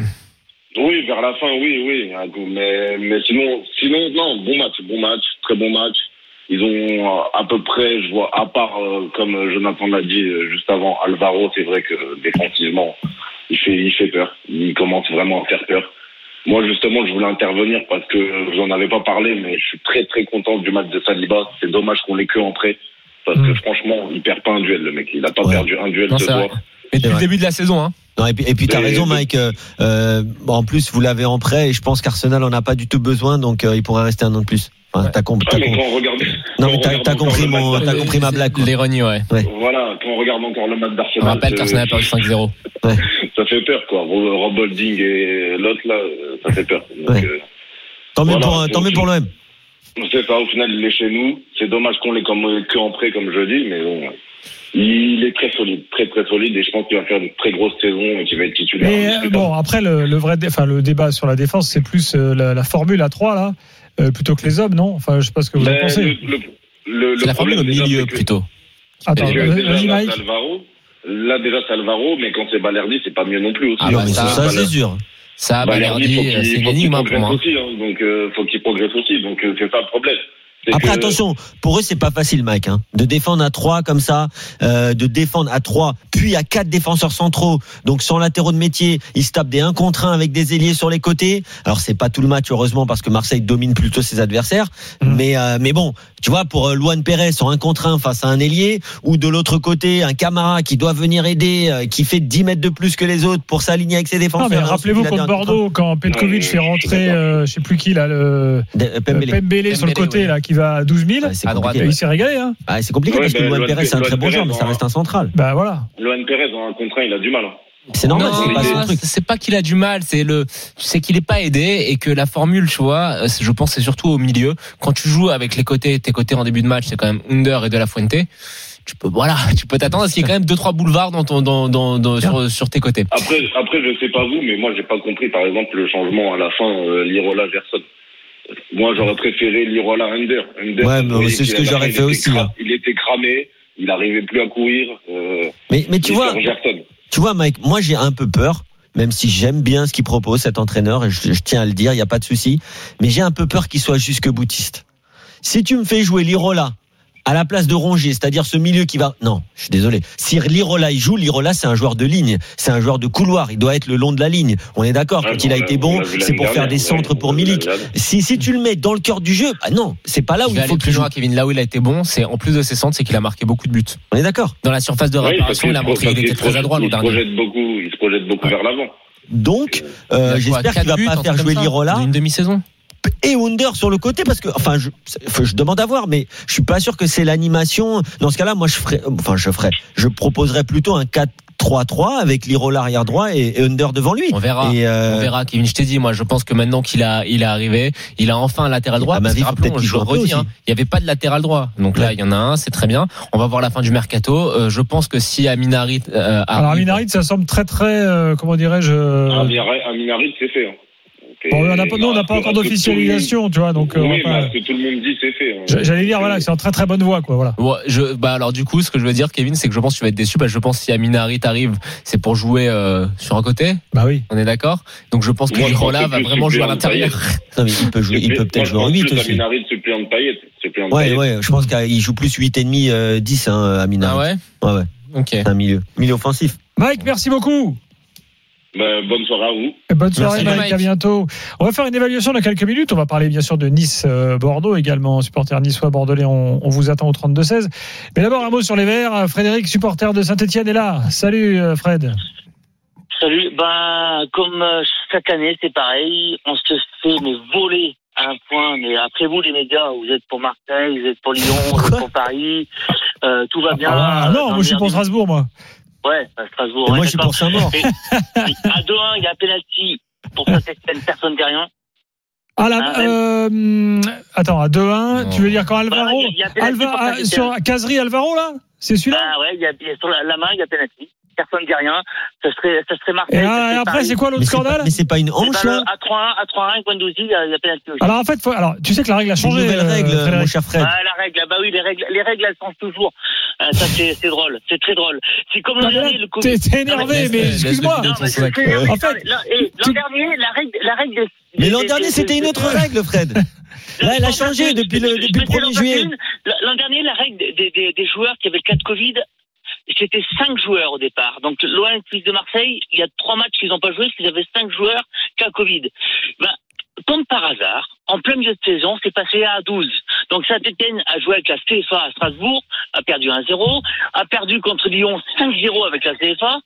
[SPEAKER 5] Oui, vers la fin, oui, oui. Mais, mais sinon, sinon, non, bon match, bon match, très bon match. Ils ont euh, à peu près, je vois, à part, euh, comme euh, Jonathan l'a dit euh, juste avant, Alvaro, c'est vrai que euh, défensivement, il fait, il fait peur. Il commence vraiment à faire peur. Moi, justement, je voulais intervenir parce que euh, j'en avais pas parlé, mais je suis très, très content du match de Saliba. C'est dommage qu'on l'ait que en prêt. Parce que
[SPEAKER 4] Mm.
[SPEAKER 5] franchement, il perd pas un duel, le mec. Il a pas
[SPEAKER 6] Ouais.
[SPEAKER 5] perdu un duel
[SPEAKER 3] Non,
[SPEAKER 5] ce
[SPEAKER 3] c'est vrai.
[SPEAKER 5] soir.
[SPEAKER 3] Mais depuis le
[SPEAKER 6] vrai.
[SPEAKER 3] début de la saison, hein.
[SPEAKER 6] Non, et puis, et puis t'as
[SPEAKER 5] Et-
[SPEAKER 6] raison, Mike. euh, euh, en plus, vous l'avez en prêt et je pense qu'Arsenal en a pas du tout besoin, donc euh, il pourrait rester un an de plus. Enfin,
[SPEAKER 3] Ouais.
[SPEAKER 6] t'as com-
[SPEAKER 5] Ah,
[SPEAKER 6] t'as
[SPEAKER 5] mais
[SPEAKER 6] com-
[SPEAKER 5] quand on regarde.
[SPEAKER 6] Non,
[SPEAKER 5] quand
[SPEAKER 6] mais
[SPEAKER 5] on
[SPEAKER 6] t'as-
[SPEAKER 5] regarde
[SPEAKER 6] t'as
[SPEAKER 5] encore
[SPEAKER 6] compris
[SPEAKER 5] le match
[SPEAKER 6] mon- t'as
[SPEAKER 5] d'Arsenal-
[SPEAKER 6] compris ma blague. quoi.
[SPEAKER 3] L'ironie, Euh, ouais.
[SPEAKER 5] Voilà, quand on regarde encore le match
[SPEAKER 3] Je
[SPEAKER 5] d'Arsenal.
[SPEAKER 3] rappelle
[SPEAKER 5] euh,
[SPEAKER 3] qu'Arsenal a perdu 5-0.
[SPEAKER 5] ça fait peur, quoi. Ro- Rob Holding et l'autre, là, euh, ça fait peur. Donc,
[SPEAKER 6] Ouais.
[SPEAKER 5] euh,
[SPEAKER 6] Tant mieux
[SPEAKER 5] Voilà,
[SPEAKER 6] pour, euh, tant
[SPEAKER 5] donc,
[SPEAKER 6] mieux pour l'OM.
[SPEAKER 5] on sait pas, au final, il est chez nous. C'est dommage qu'on l'ait comme, euh, que en prêt, comme je dis, mais bon. ouais. Il est très solide, très très solide, et je pense qu'il va faire une très grosse saison et qu'il va être titulaire.
[SPEAKER 4] Mais euh, bon, après, le, le vrai dé- enfin, le débat sur la défense, c'est plus euh, la, la formule à 3 là, euh, plutôt que les hommes, non Enfin, je sais pas ce que vous en
[SPEAKER 5] Mais
[SPEAKER 4] pensez.
[SPEAKER 5] le, le, le,
[SPEAKER 3] C'est
[SPEAKER 5] le
[SPEAKER 3] la formule
[SPEAKER 5] problème
[SPEAKER 3] au
[SPEAKER 5] déjà,
[SPEAKER 3] milieu,
[SPEAKER 5] c'est que-
[SPEAKER 3] plutôt.
[SPEAKER 4] Attends,
[SPEAKER 5] c'est que
[SPEAKER 4] vas-y,
[SPEAKER 5] déjà, là,
[SPEAKER 4] Mike.
[SPEAKER 5] c'est Alvaro. Là, déjà, c'est Alvaro, mais quand c'est Balerdi, c'est pas mieux non plus aussi. hein.
[SPEAKER 3] Ah,
[SPEAKER 6] Non,
[SPEAKER 3] bah,
[SPEAKER 6] mais
[SPEAKER 3] ça,
[SPEAKER 6] ça,
[SPEAKER 3] voilà.
[SPEAKER 6] c'est sûr.
[SPEAKER 3] Ça,
[SPEAKER 5] Balerdi,
[SPEAKER 3] Balerdi,
[SPEAKER 5] faut
[SPEAKER 3] euh,
[SPEAKER 5] Bah, qu'il-
[SPEAKER 3] c'est une
[SPEAKER 5] faut qu'il
[SPEAKER 3] énigme hein, pour
[SPEAKER 5] progresse
[SPEAKER 3] moi.
[SPEAKER 5] aussi, hein. donc euh, faut qu'il progresse aussi. Donc euh, c'est ça le problème. C'est
[SPEAKER 6] Après,
[SPEAKER 5] que-
[SPEAKER 6] attention, pour eux, c'est pas facile, Mike, hein, de défendre à 3 comme ça, euh, de défendre à 3, puis à 4 défenseurs centraux, donc sans latéraux de métier. Ils se tapent des 1 contre 1 avec des ailiers sur les côtés. Alors, c'est pas tout le match, heureusement, parce que Marseille domine plutôt ses adversaires.
[SPEAKER 4] Mm.
[SPEAKER 6] Mais, euh, mais bon, tu vois, pour euh, Luan Pérez en 1 contre 1 face à un ailier, ou de l'autre côté, un Camara qui doit venir aider, euh, qui fait 10 mètres de plus que les autres pour s'aligner avec ses défenseurs.
[SPEAKER 4] Non, mais
[SPEAKER 6] Ensuite,
[SPEAKER 4] rappelez-vous
[SPEAKER 6] il a des
[SPEAKER 4] contre
[SPEAKER 6] 1 contre 1.
[SPEAKER 4] Bordeaux, quand Petkovic
[SPEAKER 5] Ouais,
[SPEAKER 4] fait
[SPEAKER 5] je suis
[SPEAKER 4] rentrer,
[SPEAKER 5] d'accord.
[SPEAKER 4] euh, je sais plus qui, là, le
[SPEAKER 6] De- euh, Pembele.
[SPEAKER 4] Pembele, sur le
[SPEAKER 3] Pembele,
[SPEAKER 4] côté,
[SPEAKER 3] oui.
[SPEAKER 4] là, qui va à 12 000.
[SPEAKER 6] Ouais, c'est
[SPEAKER 3] À droite.
[SPEAKER 6] compliqué,
[SPEAKER 4] Et
[SPEAKER 6] ouais.
[SPEAKER 4] il s'est régalé, hein
[SPEAKER 6] Ah, c'est compliqué
[SPEAKER 5] Ouais,
[SPEAKER 6] parce que
[SPEAKER 5] ben,
[SPEAKER 6] Luan
[SPEAKER 5] Luan
[SPEAKER 6] Pérez, c'est un
[SPEAKER 5] Pérez,
[SPEAKER 6] très bon
[SPEAKER 5] Luan
[SPEAKER 6] joueur, mais
[SPEAKER 5] Pérez,
[SPEAKER 6] ça reste un central.
[SPEAKER 4] Bah voilà.
[SPEAKER 5] Loan Perez en un contrat, il a du mal. hein.
[SPEAKER 6] C'est normal,
[SPEAKER 3] non,
[SPEAKER 6] c'est pas son
[SPEAKER 3] non,
[SPEAKER 6] truc.
[SPEAKER 3] c'est pas qu'il a du mal, c'est le, c'est qu'il est pas aidé et que la formule, tu vois, euh, je pense c'est surtout au milieu. Quand tu joues avec les côtés, tes côtés en début de match, c'est quand même Under et De La Fuente. Tu peux, voilà, tu peux t'attendre à ce qu'il y ait quand même deux trois boulevards dans ton, dans, dans, dans- sur, sur tes côtés.
[SPEAKER 5] Après, après, je sais pas vous, mais moi, j'ai pas compris, par exemple, le changement à la fin, euh, Lirola Gerson. Moi, j'aurais préféré Lirola Under. Under,
[SPEAKER 6] Ouais, mais
[SPEAKER 5] vous voyez
[SPEAKER 6] c'est
[SPEAKER 5] qu'il
[SPEAKER 6] ce que
[SPEAKER 5] avait-
[SPEAKER 6] j'aurais
[SPEAKER 5] il
[SPEAKER 6] fait
[SPEAKER 5] était
[SPEAKER 6] aussi,
[SPEAKER 5] cra-
[SPEAKER 6] hein.
[SPEAKER 5] Il était cramé, il arrivait plus à courir. Euh,
[SPEAKER 6] Mais, mais tu
[SPEAKER 5] il
[SPEAKER 6] vois,
[SPEAKER 5] sort Gerson.
[SPEAKER 6] tu vois, Mike, moi j'ai un peu peur, même si j'aime bien ce qu'il propose cet entraîneur, et je, je tiens à le dire, il n'y a pas de souci, mais j'ai un peu peur qu'il soit jusque boutiste. Si tu me fais jouer Lirola à la place de Rongier, c'est-à-dire ce milieu qui va... Non, je suis désolé. Si Lirola il joue, Lirola c'est un joueur de ligne, c'est un joueur de couloir, il doit être le long de la ligne. On est d'accord,
[SPEAKER 3] Ah
[SPEAKER 5] Ouais,
[SPEAKER 6] quand il a
[SPEAKER 5] Hein, on l'a-
[SPEAKER 6] été
[SPEAKER 5] on
[SPEAKER 6] bon,
[SPEAKER 5] l'a vu
[SPEAKER 6] c'est
[SPEAKER 5] l'année
[SPEAKER 6] pour faire
[SPEAKER 5] dernière,
[SPEAKER 6] des
[SPEAKER 5] ouais,
[SPEAKER 6] centres
[SPEAKER 5] on
[SPEAKER 6] pour
[SPEAKER 5] l'a vu
[SPEAKER 6] Milik.
[SPEAKER 5] l'année dernière.
[SPEAKER 6] Si, si tu le mets dans le cœur du jeu, ah non, c'est pas là où
[SPEAKER 3] il
[SPEAKER 6] il
[SPEAKER 3] va
[SPEAKER 6] faut
[SPEAKER 3] aller
[SPEAKER 6] qu'il
[SPEAKER 3] plus
[SPEAKER 6] joue.
[SPEAKER 3] loin, Kevin. Là où il a été bon, c'est en plus de ses centres, c'est qu'il a marqué beaucoup de buts.
[SPEAKER 6] On est d'accord
[SPEAKER 3] Dans la surface de
[SPEAKER 5] Ouais, parce
[SPEAKER 3] réparation,
[SPEAKER 5] qu'il
[SPEAKER 3] il a
[SPEAKER 5] se-
[SPEAKER 3] montré
[SPEAKER 5] parce
[SPEAKER 3] qu'il était
[SPEAKER 5] qu'il se
[SPEAKER 3] très à droit l'an
[SPEAKER 5] projette- Il se projette
[SPEAKER 3] dernier.
[SPEAKER 5] beaucoup, il se projette beaucoup vers l'avant.
[SPEAKER 6] Donc, euh,
[SPEAKER 3] Il a quoi,
[SPEAKER 6] j'espère qu'il
[SPEAKER 3] quatre
[SPEAKER 6] va
[SPEAKER 3] buts, un
[SPEAKER 6] pas
[SPEAKER 3] truc
[SPEAKER 6] faire
[SPEAKER 3] comme
[SPEAKER 6] jouer
[SPEAKER 3] ça,
[SPEAKER 6] Lirola.
[SPEAKER 3] Une demi-saison.
[SPEAKER 6] et Under sur le côté parce que enfin je, faut- je demande à voir mais je suis pas sûr que c'est l'animation dans ce cas-là moi je ferais enfin je ferais je proposerais plutôt un 4-3-3 avec Lirola arrière droit et, et Under devant lui
[SPEAKER 3] On verra.
[SPEAKER 6] et euh,
[SPEAKER 3] On verra, Kevin. Je t'ai dit, moi, je pense que maintenant qu'il a, il est arrivé, il a enfin un latéral droit.
[SPEAKER 6] À ma
[SPEAKER 3] Parce que
[SPEAKER 6] vie, faut
[SPEAKER 3] rappelons,
[SPEAKER 6] Ah, bah, peut-être qu'il
[SPEAKER 3] je
[SPEAKER 6] joue
[SPEAKER 3] le
[SPEAKER 6] un peu
[SPEAKER 3] redis,
[SPEAKER 6] aussi.
[SPEAKER 3] hein, il n'y avait pas de latéral droit. Donc là,
[SPEAKER 6] Ouais.
[SPEAKER 3] il y en a un, c'est très bien. On va voir la fin du mercato. Euh, je pense que si Aminari, euh,
[SPEAKER 4] Alors,
[SPEAKER 3] arrive-
[SPEAKER 4] Minarit, ça semble très, très, euh, comment dirais-je.
[SPEAKER 8] Ah,
[SPEAKER 4] euh,
[SPEAKER 5] Aminarit, c'est fait. hein. C'est-
[SPEAKER 4] Bon, on n'a pas, nous, on n'a pas
[SPEAKER 5] parce
[SPEAKER 4] encore
[SPEAKER 5] que tout le monde-
[SPEAKER 4] d'officialisation, tu vois, donc euh, on va
[SPEAKER 5] Oui,
[SPEAKER 4] pas-
[SPEAKER 5] mais parce que tout le monde dit, c'est fait. hein.
[SPEAKER 4] J- J'allais dire, voilà, que c'est en très très bonne voie, quoi, voilà.
[SPEAKER 3] Ouais, je, bah alors du coup, ce que je veux dire, Kevin, c'est que je pense que tu vas être déçu. Bah, je pense que si Aminari arrive, c'est pour jouer euh, sur un côté.
[SPEAKER 4] Bah oui.
[SPEAKER 3] On est d'accord. Donc je pense que
[SPEAKER 5] Moi, je pense
[SPEAKER 3] Lirola
[SPEAKER 5] que
[SPEAKER 3] va
[SPEAKER 5] plus
[SPEAKER 3] vraiment jouer à
[SPEAKER 5] Cyprien
[SPEAKER 3] l'intérieur.
[SPEAKER 6] non, mais il peut jouer, il peut peut-être jouer en 8 aussi
[SPEAKER 5] Aminarit, suppléant de Payet. Suppléant de
[SPEAKER 6] ouais
[SPEAKER 5] Payet.
[SPEAKER 6] ouais je pense qu'il joue plus 8 et demi euh, 10 hein, à
[SPEAKER 3] Ah
[SPEAKER 6] Minard
[SPEAKER 3] ouais.
[SPEAKER 6] ouais ouais
[SPEAKER 3] Ok.
[SPEAKER 6] c'est un milieu milieu offensif
[SPEAKER 4] Mike, merci beaucoup.
[SPEAKER 5] Ben, bonne soirée à vous.
[SPEAKER 4] Et bonne soirée,
[SPEAKER 3] Merci,
[SPEAKER 4] Mike,
[SPEAKER 3] Mike.
[SPEAKER 4] à bientôt. On va faire une évaluation dans quelques minutes. On va parler bien sûr de Nice-Bordeaux également. Supporter niçois, bordelais, on, on vous attend au 32-16. Mais d'abord, un mot sur les Verts. Frédéric, supporter de Saint-Etienne, est là. Salut, euh, Fred.
[SPEAKER 8] Salut. Ben, comme euh, chaque année, c'est pareil. On se fait mais voler à un point. Mais après vous, les médias, vous êtes pour Marseille, vous êtes pour Lyon, vous êtes pour Paris. Euh, tout va bien.
[SPEAKER 4] Ah,
[SPEAKER 8] Euh,
[SPEAKER 4] non,
[SPEAKER 8] dans
[SPEAKER 4] moi je suis
[SPEAKER 8] le
[SPEAKER 4] pour
[SPEAKER 8] meilleur
[SPEAKER 4] Strasbourg, moi.
[SPEAKER 8] des- Ouais, à Strasbourg.
[SPEAKER 6] et
[SPEAKER 8] ouais,
[SPEAKER 6] moi je suis
[SPEAKER 8] d'accord.
[SPEAKER 6] pour Saint-Maur
[SPEAKER 8] Et À 2-1, il y a un penalty pour Saint-Etienne, personne ne rien.
[SPEAKER 4] Ah là,
[SPEAKER 8] Ah,
[SPEAKER 4] euh, attends, à 2-1,
[SPEAKER 3] Non.
[SPEAKER 4] tu veux dire quand
[SPEAKER 8] Voilà,
[SPEAKER 4] Alvaro,
[SPEAKER 8] il y a- il y a un penalty
[SPEAKER 4] Alva,
[SPEAKER 8] pour
[SPEAKER 4] ah,
[SPEAKER 8] Saint-Étienne.
[SPEAKER 4] sur Casery Alvaro là C'est celui-là
[SPEAKER 8] Bah ouais, il y a, il y a sur la, la main, il y a penalty. Personne ne dit rien. Ça serait, ça serait marqué.
[SPEAKER 4] Et ah, et après, c'est quoi l'autre
[SPEAKER 6] Mais c'est pas-
[SPEAKER 4] scandale
[SPEAKER 6] mais c'est pas une hanche hein. là
[SPEAKER 8] À 3-1, à 3-1, Guendouzi, il y a, il y a penalty aussi.
[SPEAKER 4] Alors en fait, faut- alors, tu sais que la règle a
[SPEAKER 6] C'est une
[SPEAKER 4] changé.
[SPEAKER 6] nouvelle
[SPEAKER 4] euh,
[SPEAKER 6] règle, mon
[SPEAKER 4] Frédéric.
[SPEAKER 6] cher Fred.
[SPEAKER 8] Ah, la règle, ah bah oui, les règles, les règles, elles changent toujours. Ah, ça, c'est c'est drôle, c'est très drôle. C'est comme
[SPEAKER 4] Non,
[SPEAKER 8] l'an
[SPEAKER 4] mais là,
[SPEAKER 8] dernier, le Covid.
[SPEAKER 4] T'es t'es
[SPEAKER 8] Non,
[SPEAKER 4] énervé,
[SPEAKER 3] laisse-
[SPEAKER 4] mais
[SPEAKER 3] laisse-
[SPEAKER 4] excuse-moi.
[SPEAKER 3] laisse-
[SPEAKER 8] Non, mais
[SPEAKER 3] Son sac,
[SPEAKER 8] c'est-
[SPEAKER 6] ouais.
[SPEAKER 8] non,
[SPEAKER 4] En fait,
[SPEAKER 8] mais là, et
[SPEAKER 4] tu-
[SPEAKER 8] L'an dernier, la règle, la règle des.
[SPEAKER 6] Mais l'an
[SPEAKER 8] des-
[SPEAKER 6] dernier,
[SPEAKER 8] des-
[SPEAKER 6] c'était une
[SPEAKER 8] des-
[SPEAKER 6] autre règle, Fred. Là, elle a changé depuis le,
[SPEAKER 8] Je
[SPEAKER 6] depuis le
[SPEAKER 8] peux dire
[SPEAKER 6] 1er
[SPEAKER 8] une
[SPEAKER 6] juillet.
[SPEAKER 8] rancune. L'an dernier, la règle des, des, des joueurs qui avaient le cas de Covid, c'était cinq joueurs au départ. Donc l'OM plus de Marseille, il y a trois matchs qu'ils n'ont pas joué parce qu'ils avaient cinq joueurs cas Covid. Ben, comme par hasard, en plein milieu de saison, c'est passé à 12. Donc Saint-Etienne a joué avec la CFA à Strasbourg, a perdu 1-0, a perdu contre Lyon 5-0 avec la CFA,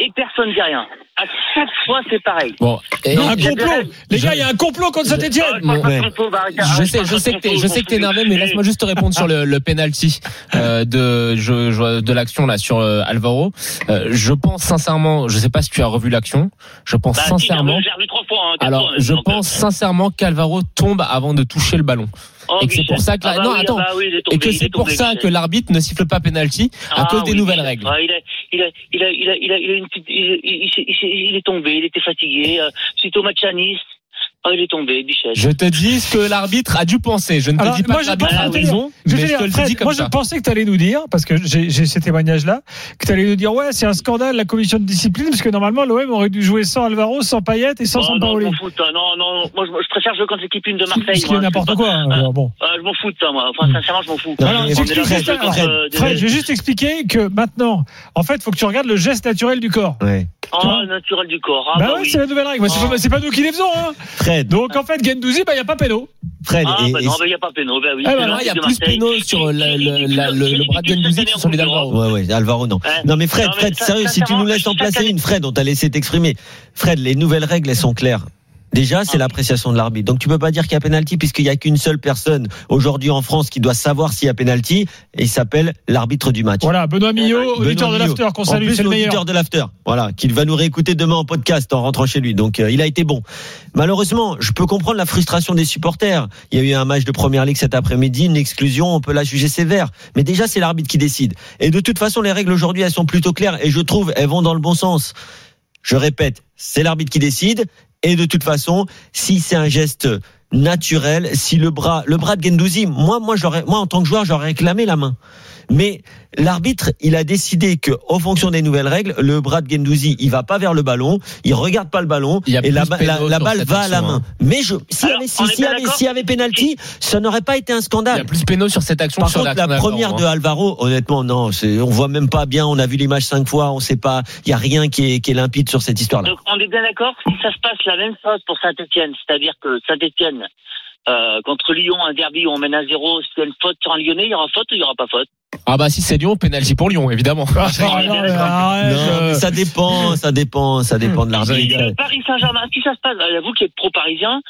[SPEAKER 8] et personne ne dit rien. À chaque fois, c'est pareil.
[SPEAKER 3] Bon, et-
[SPEAKER 4] Un
[SPEAKER 3] je-
[SPEAKER 4] complot Les
[SPEAKER 3] je-
[SPEAKER 4] gars, il y a un complot contre
[SPEAKER 3] je-
[SPEAKER 4] Saint-Etienne
[SPEAKER 8] Ah, je parle pas de
[SPEAKER 6] Ouais.
[SPEAKER 8] complot, bah, arrête,
[SPEAKER 3] Je
[SPEAKER 8] arrête,
[SPEAKER 3] sais,
[SPEAKER 8] parle
[SPEAKER 3] je
[SPEAKER 8] pas
[SPEAKER 3] sais
[SPEAKER 8] de
[SPEAKER 3] que t'es, je
[SPEAKER 8] complot,
[SPEAKER 3] sais que t'es
[SPEAKER 8] bon,
[SPEAKER 3] énervé, mais laisse-moi juste te répondre sur le, le penalty euh, de je, je- de l'action là sur euh, Alvaro. Euh, je pense sincèrement, je sais pas si tu as revu l'action. Je pense
[SPEAKER 8] Bah, si,
[SPEAKER 3] sincèrement.
[SPEAKER 8] J'ai revu trois fois. hein, quatre
[SPEAKER 3] Alors,
[SPEAKER 8] fois,
[SPEAKER 3] je
[SPEAKER 8] donc,
[SPEAKER 3] pense sincèrement qu'Alvaro tombe avant de toucher le ballon.
[SPEAKER 8] Oh,
[SPEAKER 3] Et que c'est
[SPEAKER 8] Michel.
[SPEAKER 3] pour ça que la-
[SPEAKER 8] Ah bah
[SPEAKER 3] non,
[SPEAKER 8] oui,
[SPEAKER 3] attends.
[SPEAKER 8] ah bah oui, il est tombé,
[SPEAKER 3] Et que
[SPEAKER 8] il est
[SPEAKER 3] c'est pour
[SPEAKER 8] tombé,
[SPEAKER 3] ça
[SPEAKER 8] Michel.
[SPEAKER 3] que l'arbitre ne siffle pas penalty à
[SPEAKER 8] Ah
[SPEAKER 3] cause des
[SPEAKER 8] oui,
[SPEAKER 3] nouvelles
[SPEAKER 8] Michel.
[SPEAKER 3] règles.
[SPEAKER 8] Ah, il, a, il, a, il, a, il, a, il, a, il a une petite. Il, il- il s'est- il s'est- il est tombé, il était fatigué. Euh, suite au match à Nice, ah, il est tombé, Michel.
[SPEAKER 3] Je te dis ce que l'arbitre a dû penser. Je ne te
[SPEAKER 4] Alors,
[SPEAKER 3] dis pas
[SPEAKER 4] moi,
[SPEAKER 3] que
[SPEAKER 4] je
[SPEAKER 3] l'arbitre
[SPEAKER 8] pense-
[SPEAKER 3] a
[SPEAKER 8] je vais
[SPEAKER 3] raison,
[SPEAKER 4] Je
[SPEAKER 3] mais
[SPEAKER 4] vais te
[SPEAKER 3] je
[SPEAKER 4] dire,
[SPEAKER 3] te le
[SPEAKER 4] Fred,
[SPEAKER 3] dis comme
[SPEAKER 4] moi
[SPEAKER 3] ça.
[SPEAKER 4] je pensais que tu allais nous dire, parce que j'ai j'ai ces témoignages-là, que tu allais nous dire, ouais, c'est un scandale la commission de discipline, parce que normalement l'OM aurait dû jouer sans Alvaro, sans Payet et sans
[SPEAKER 8] Oh, non, je
[SPEAKER 4] Sampaoli.
[SPEAKER 8] m'en fous de ça. Non, non, moi je, moi, je préfère jouer contre l'équipe une de Marseille.
[SPEAKER 4] Ce qui est
[SPEAKER 8] moi, je
[SPEAKER 4] n'importe
[SPEAKER 8] sais
[SPEAKER 4] quoi. hein, alors bon.
[SPEAKER 8] pas. Euh, je m'en fous de ça, moi. Enfin, sincèrement, je m'en fous.
[SPEAKER 6] Non,
[SPEAKER 8] On
[SPEAKER 6] mais
[SPEAKER 4] Alors,
[SPEAKER 8] est là
[SPEAKER 4] j'explique
[SPEAKER 8] pour
[SPEAKER 6] Fred,
[SPEAKER 8] jouer contre,
[SPEAKER 6] Fred,
[SPEAKER 8] euh, des-
[SPEAKER 4] Fred, je vais juste expliquer que maintenant, en fait, il faut que tu regardes le geste naturel du corps.
[SPEAKER 6] Ouais.
[SPEAKER 8] Oh, naturel du corps. Ah,
[SPEAKER 4] bah,
[SPEAKER 8] bah
[SPEAKER 4] ouais,
[SPEAKER 8] oui.
[SPEAKER 4] c'est la nouvelle règle. Bah, c'est
[SPEAKER 8] Oh.
[SPEAKER 4] pas, c'est pas nous qui les faisons. Hein.
[SPEAKER 6] Fred,
[SPEAKER 4] Donc en fait, Gendouzi, bah, il n'y a pas péno.
[SPEAKER 6] Fred,
[SPEAKER 8] Ah,
[SPEAKER 6] et-
[SPEAKER 8] bah
[SPEAKER 6] et-
[SPEAKER 8] non, bah il n'y a pas péno. Bah oui,
[SPEAKER 4] Ah,
[SPEAKER 8] c'est
[SPEAKER 4] bah
[SPEAKER 3] Non,
[SPEAKER 8] gentil
[SPEAKER 3] il y a
[SPEAKER 8] de
[SPEAKER 3] plus
[SPEAKER 8] Marseille.
[SPEAKER 3] péno sur la- la- la- le le bras de Gendouzi que sur les d'Alvaro.
[SPEAKER 6] Ouais, ouais, Alvaro, non.
[SPEAKER 8] Ouais.
[SPEAKER 6] Non, mais Fred,
[SPEAKER 8] Non, mais
[SPEAKER 6] Fred,
[SPEAKER 8] ça-
[SPEAKER 6] sérieux, si tu
[SPEAKER 8] sincèrement,
[SPEAKER 6] nous laisses en
[SPEAKER 8] chaque
[SPEAKER 6] placer
[SPEAKER 8] année-
[SPEAKER 6] une, Fred, on t'a laissé t'exprimer. Fred, les nouvelles règles, elles sont claires. Déjà,
[SPEAKER 8] Ah
[SPEAKER 6] c'est l'appréciation de l'arbitre. Donc, tu peux pas dire qu'il y a pénalty puisqu'il y a qu'une seule personne aujourd'hui en France qui doit savoir s'il y a pénalty et il s'appelle l'arbitre du match.
[SPEAKER 4] Voilà, Benoît Millot,
[SPEAKER 6] Benoît
[SPEAKER 4] auditeur de
[SPEAKER 6] Millot.
[SPEAKER 4] l'after, qu'on
[SPEAKER 6] En
[SPEAKER 4] salue,
[SPEAKER 6] plus,
[SPEAKER 4] c'est le meilleur.
[SPEAKER 6] l'auditeur de l'after, voilà, qu'il va nous réécouter demain en podcast en rentrant chez lui. Donc euh, il a été bon. Malheureusement, je peux comprendre la frustration des supporters. Il y a eu un match de première ligue cet après-midi, une exclusion, on peut la juger sévère. Mais déjà, c'est l'arbitre qui décide. Et de toute façon, les règles aujourd'hui, elles sont plutôt claires et je trouve elles vont dans le bon sens. Je répète, c'est l'arbitre qui décide. Et de toute façon, si c'est un geste naturel, si le bras, le bras de Gendouzi, moi, moi, j'aurais, moi, en tant que joueur, j'aurais réclamé la main. Mais l'arbitre, il a décidé que, en fonction des nouvelles règles, le bras de Gendouzi, il va pas vers le ballon, il regarde pas le ballon,
[SPEAKER 3] Il y a
[SPEAKER 6] et la,
[SPEAKER 3] plus
[SPEAKER 6] ba-
[SPEAKER 3] péno
[SPEAKER 6] la- la
[SPEAKER 3] sur
[SPEAKER 6] balle
[SPEAKER 3] cette
[SPEAKER 6] va à la
[SPEAKER 3] action,
[SPEAKER 6] main.
[SPEAKER 3] hein.
[SPEAKER 6] Mais je, s'il y
[SPEAKER 8] Alors,
[SPEAKER 6] avait, si,
[SPEAKER 8] on est
[SPEAKER 6] s'il y
[SPEAKER 8] bien
[SPEAKER 6] avait,
[SPEAKER 8] d'accord
[SPEAKER 6] s'il y avait penalty, ça n'aurait pas été un
[SPEAKER 3] Il y a
[SPEAKER 6] scandale.
[SPEAKER 3] plus péno sur cette action que
[SPEAKER 6] Par
[SPEAKER 3] sur
[SPEAKER 6] contre, la
[SPEAKER 3] l'action
[SPEAKER 6] première de
[SPEAKER 3] d'Alvaro, hein.
[SPEAKER 6] Alvaro, honnêtement, non, c'est, on voit même pas bien, on a vu l'image cinq fois, on sait pas, il y a rien qui est, qui est limpide sur cette histoire-là.
[SPEAKER 8] Donc on est bien d'accord, si ça se passe la même chose pour Saint-Etienne, c'est-à-dire que Saint-Etienne, euh, contre Lyon, un derby où on mène à zéro, s'il y a une faute sur un Lyonnais, il y aura faute ou il n'y aura pas faute
[SPEAKER 3] Ah bah si c'est Lyon, pénalty pour Lyon, évidemment.
[SPEAKER 4] Ah, non, mais arrête,
[SPEAKER 6] Non,
[SPEAKER 4] euh,
[SPEAKER 6] mais ça dépend, ça dépend, ça dépend
[SPEAKER 5] Hmm.
[SPEAKER 6] de l'arbitre.
[SPEAKER 8] Le Paris Saint-Germain, si ça se passe, euh, vous qui êtes pro-parisien,